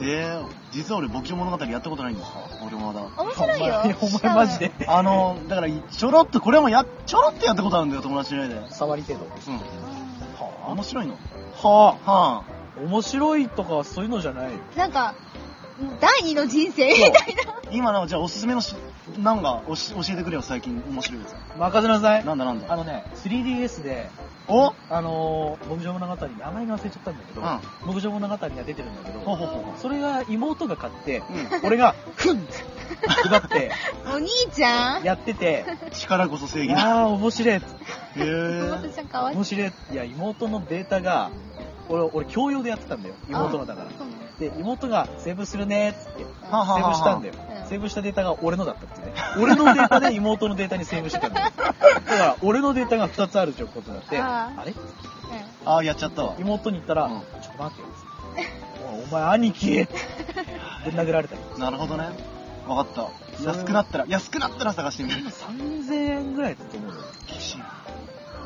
えー、実は俺、牧場物語やったことないんですか俺もまだ。
そう。面白いよ。
お前お前マジで
あの、だから、ちょろっと、これもや、ちょろっとやったことあるんだよ、友達の家で。うん。
触り程度
面白いの。
は
は
あ面白いとかはそういうのじゃないよ
なんか、第二の人生みたいな。
ぁ。今の、じゃあ、おすすめのし、なんか、おし教えてくれよ、最近、面白いやつ。
任せなさい
なんだなん
あ
だ。
のね 3DS で
お
あのー牧場物語名前が忘れちゃったんだけど、
う
牧場物語が出てるんだけど
ほうほうほうほう
それが妹が買って
う
俺がフンって下って
お兄ちゃん
やってて
力こそ正義だ。
ああ面白い
へぇ
妹ちゃんかわいい。
面白いいや妹のデータが俺俺共用でやってたんだよ妹のだから
そうね
で妹がセーブするねーっつって
はあはあは
セーブ
あ
したんだよ
うん
セーブしたデータが俺のだったってね [LAUGHS] 俺のデータで妹のデータにセーブしてたんだよだから俺のデータが2つあるってことになって
あー
あれ
ああ、やっちゃったわ。
妹に言ったら、
うん
ちょっと待 [LAUGHS] ってよおいお前兄貴ってぶん殴られたり
なるほどね。わかった。安くなったら、安くなったら探してみる。
3000円ぐらいだと思うよ
厳しいな。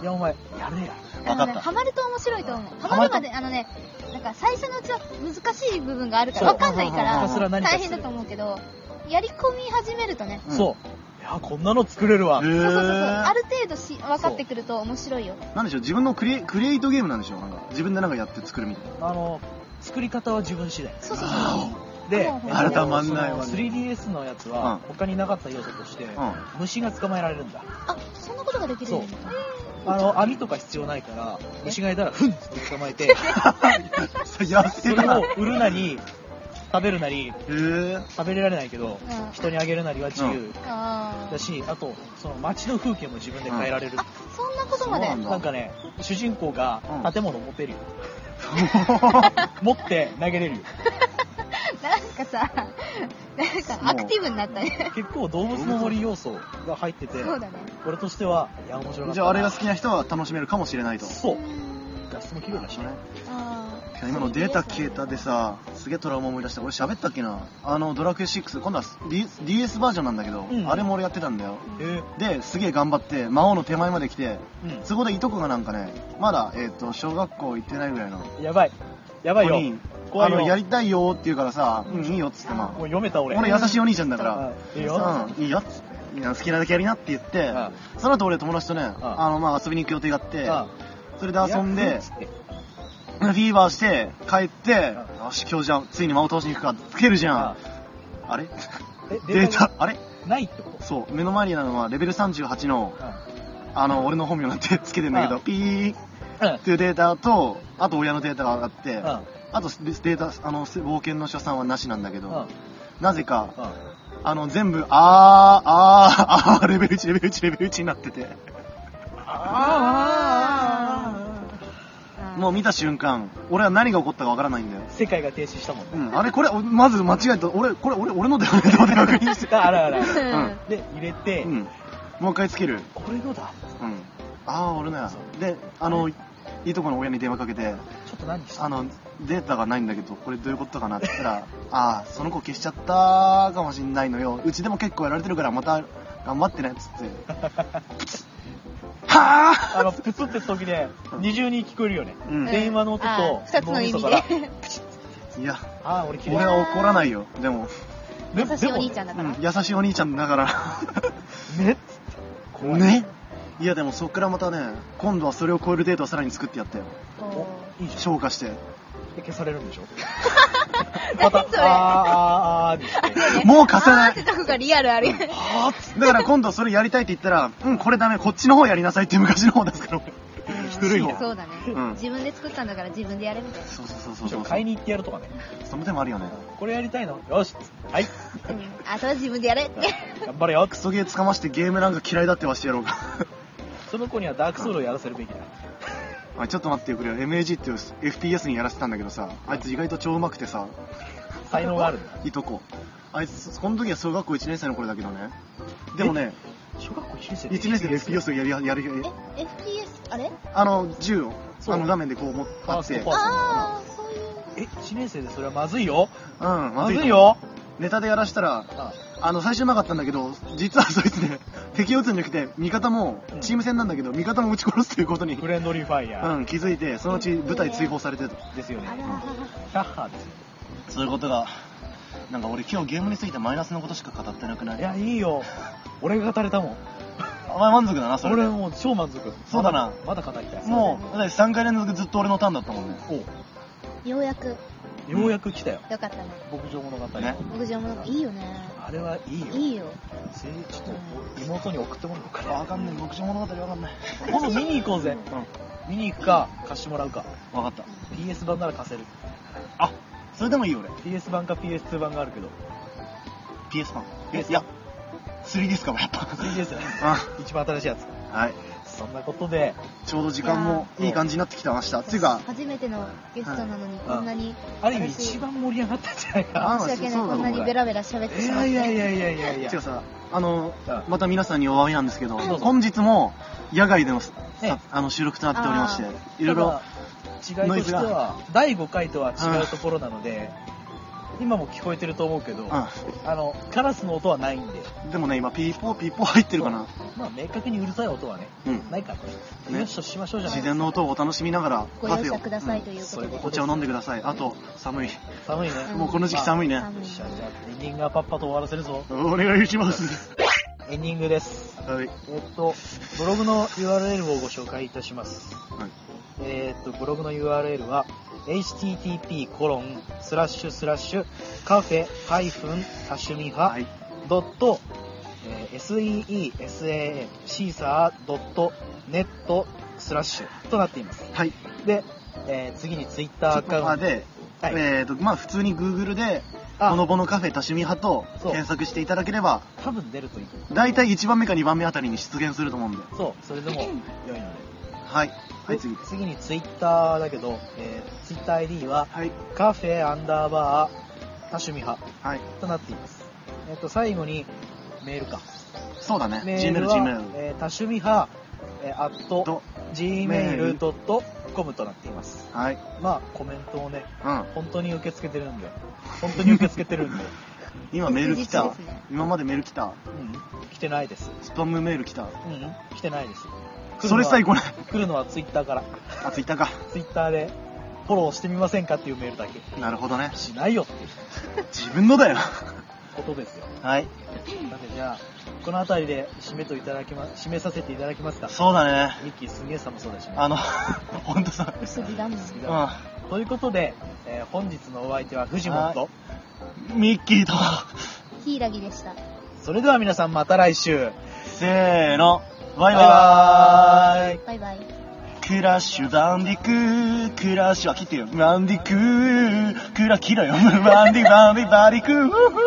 いやお前やれや
あ
わか
のね、
った
ハ。マると面白いと思う。
ハ
ハ
マる
マる
と
まで、あのね、なんか最初のうちは難しい部分があるか
そう
ら、わかんないか
うん
ら
ひたすら、
何かする
大変だと思うけど、やり込み始めるとね、
うん
そういやこんなの作れるわ
へ
そうそうそうそう、
ぇ
ある程度し分かってくると面白いよ。
なんでしょう、自分のクリエクリエイトゲームなんでしょう。なんか、自分でなんかやって作るみたいな。
あの作り方は自分次第
そうそうそう。
で、
あもう
えっと
改まんないわね
その 3DS のやつは、他になかった要素として、
ん
虫が捕まえられるんだ。
あ、そんなことができるんだ
そうあの、網とか必要ないから、虫がいたら、ふんって捕まえ
[LAUGHS]
て、
そうやっ
そ
て
れ
たな。
を
へ
売るなり、食べるなり、
ぇ
食べれられないけど、
うん
人にあげるなりは自由
あー
だし、あと、その街の風景も自分で変えられる
あ。、そんなことまで。
そうなんだ
なんかね、主人公が
うん
建物を持
[LAUGHS]
てるよ。持って投げれるよ。
なんかさ、なんかアクティブになったね。
結構動物の森要素が入ってて、
そうだね。
俺としては、いや、面白かったな。
じゃあ、あれが好きな人は楽しめるかもしれないと。
そう
う。ん
画質も綺麗だしね。
あー
今のデータ消えたでさ、すげえトラウマ思い出した。俺喋ったっけなあの、ドラクエ6、今度は D- DS バージョンなんだけど、
うん
あれも俺やってたんだよ。
えー、
で、すげえ頑張って、魔王の手前まで来て、
うん
そこでいとこがなんかね、まだ、えっ、と、小学校行ってないぐらいの子
やばい。やばいよ。
に、
怖い
あ
よ。
の、やりたいよーって言うからさ、うん、いいよっつってま
もう読めた俺。
あ、俺優しいお兄ちゃんだから、
うんいいよ。
うん、いいよっつって、いや好きなだけやりなって言って、
う
その後俺友達とね、あの、まあ遊びに行く予定があって、それで遊んで、フィーバーして、帰って、よし、今日じゃあ、ついに魔王倒しに行くか、つけるじゃん。あれ
え、
データ、あれ
ないってこと
そう、目の前になるのはレベル38の、
う
あの、俺の本名なんてつけてんだけ
う
ど、
ん
ピーっ
んうん
ていうデータと、あと親のデータが上がって、
うん
あとデデータ、あの、冒険の所産はなしなんだけ
うんうん
ど、なぜか、
うん
あの、全部、あー、あー、あー、レベル1、レベル1、レベル1になって
あー
て、
あーあーあー
あー
もう見た瞬間、俺は何が起こったかわからないんだよ。
世界が停止したもんね。
うん、あれこれ、まず間違えた、俺、これ、俺、俺のだよね、と思って確認して。
あらあら。
[LAUGHS]
ん
で、入れて、
うん。もう一回つける。
これのだ。
うん。ああ、俺のや
そ。
で、あの、いいとこの親に電話かけて、
ちょっと何した
あの、データがないんだけど、これどういうことかなって言ったら、 [LAUGHS] ああ、その子消しちゃったかもしんないのよ。うちでも結構やられてるから、また頑張ってね、っつって。 [LAUGHS] はあ
あの、プツって時で、二重に聞こえるよね。
うん
電話の音
あ
と
ー、二つの意味
脳
で
みそから。
いや、
あー、俺嫌い
俺は怒らないよ。でも、
で
優しいお兄ちゃんだ
う
から。
ん、優しいお兄ちゃんだから。
[LAUGHS] でもねっつって怖い。
ねいやでもそっからまたね、今度はそれを超えるデータをさらに作ってやったよ。
お
こ
いいじゃん。
消
[LAUGHS]
化して。
で消されるんでしょ
何
また、あ
そ
ー
れ
あーあーにして。
もう貸
う
せ
あ
な
ー
い
ってとこがリア [LAUGHS] ルあるよね。
はぁっつっ
だから今度それやりたいって言ったら、うん、これダメ、こっちの方やりなさいって昔の方です
[LAUGHS]
から。 [LAUGHS] 古い方。
そうだね、
うん
自分で作ったんだから自分でやれみたいな。
そうそうそう
て。ち
そ
ょっ
う。
と買いに行ってやるとかね。
その手もあるよね。
これやりたいのよしっつってはい。
うんあとは自分でやれって。
頑張れよっ
ク
つって
ソゲー捕ましてゲームなんか嫌いだってわしてやろ [LAUGHS] うか。
その子にはダークソウルをやらせるべきだ。
あちょっと待ってくれよ。MAG っていう FPS にやらせたんだけどさ、あいつ意外と超うまくてさ、
才能があるんだ。
いとこ。あいつ、この時は小学校1年生の頃だけどね。でもね、
小学校1年生
1年生で FPS やり、やる、
え、FPS? あれ
あの、銃を、
そう
あの画面でこう持っ
あ
っ
そう
て
か、
ああ、そういう。
え、1年生でそれはまずいよ。
うん、ま
ま
ずい
ず
と
いよ。
ネタでやらしたら、
あ
あの、最初うまかったんだけど、実はそいつね、 [LAUGHS] 敵を撃つんじゃなくて、味方も
うん、
チーム戦なんだけど、味方も撃ち殺すということに、
フレンドリーファイ
う
ヤ
ん、気づいて、そのうち舞台追放されてと。
ーですよね
あ。ら
キャッハーですよ。
そういうことが、なんか俺今日ゲームについてマイナスのことしか語ってなくない
いや、いいよ。俺が語れたもん。
お前満足だな、それ
俺
で。
はもう超満足。
そうだな
まだまだ語りたい。
もう、だって3回連続ずっと俺のターンだったもんね。
お
ようやく。
ようやく来たよ。
よかったね。
牧場物語。
ね
牧場もいいよね。
あれはいいよ。
いいよ。
せちょっと妹に送ってもらおうか
わかんない、牧場物語わかんない。
な。今度見に行こうぜ。見に行くか、貸してもらうか。
うん、わかった。
PS 版なら貸せる。
それでもいいよ、俺。
PS 版か PS2 版があるけど。
PS1。え、いや、3DS かも、やっぱ。
3DS [LAUGHS] 一番新しいやつ。
うんはい。
そんなことで、
ちょうど時間もいい感じになってきた、明日。っていうか、
初めてのゲストなのにこんなに、
ある意味
私
一番盛り上がったんじゃないかな。
あ
申し訳ない、
そうだ
こんなにベラベラ喋って
い
しまっ
や
て。
いやいやいやいやいや。
てかさ、あの
うん、
また皆さんにお詫びなんですけど、
どうぞ
本日も野外でのさ
ええ
あの収録となっておりまして
あ、
いろいろ、
ただ違いとして
ノイズ
は第5回とは違うところなので、今も聞こえてると思うけど、あのカラスの音はないんで、
うんでもね、今、ピーポーピーポー入ってるかな。
まあ明確にうるさい音はね、
うん。
ないからね。
ね
よしとしましょうじゃない
自然の音をお楽しみながら、
ご
カ
容
フェ
赦
を、
くださいと
う
いうこ
そうい
と
う
で。
こ
ん
と
お茶を飲んでください。あと、寒い。
寒いね。
もうこの時期寒いね。
寒
よ
い
っしゃじゃあエンディングはパッパと終わらせるぞ。
お願いします。
エンディングです。
はい。
えっと、ブログの URL をご紹介いたします。
はい
えーっと、ブログの URL は、http コロンスラッシュスラッシュカフェハイフンタシュミハ
はい。
ドット、えー SEESAA シーサードットネットスラッシュとなっています。
はい。
で、えー次にツイッターア
そ
カ
こま
ウント。
で、
はい
えっと、まあ、普通に Google で、
あ
ほのぼのカフェ多趣味派と
そう
検索していただければ、
多分出るといい。
大体1番目か2番目あたりに出現すると思うんで。
そう、それでも良いので。
はい。はい、次
で。次にツイッターだけど、えー、ツイッター ID は、
はい。
カフェアンダーバー多趣味派
はい。
となっています。えっ、と、最後にメールか。
そうだね。
メール
Gmail、
は、
Gmail。
えー多趣味派、えー、at
と、
gmail.com となっています。
はい。
まあ、コメントをね、
うん。
本当に受け付けてるんで、本当に受け付けてるんで、
今メール来
実
た
です。ね
今までメール来
[LAUGHS]
た。
うん、来てないです。
スパムメール来た。
うん、来てないです。
それさえ
来
来ない。
るのはツイッターから。
あ、ツイッターか。
ツイッターで、フォローしてみませんかっていうメールだけ。
なるほどね。
しないよっていう
自分のだよ。
ことですよ。
はい。
さてじゃあ、この辺りで締めといただきま、締めさせていただきますか。
そうだね。
ミッキーすげえ寒そうだしね。
あの、ほんとさ。
薄着だもん。
好きだな
う
ということで、えー本日のお相手はフジモンと、
ん。ミッキーと、
ヒイラギでした。
それでは皆さんまた来週。
せーの、バイバーイ。
バイバイ。
クラッシュダンディクー、クラッシュは切ってよ。マンディクー、クラキラよ。マンディマンディバディクー。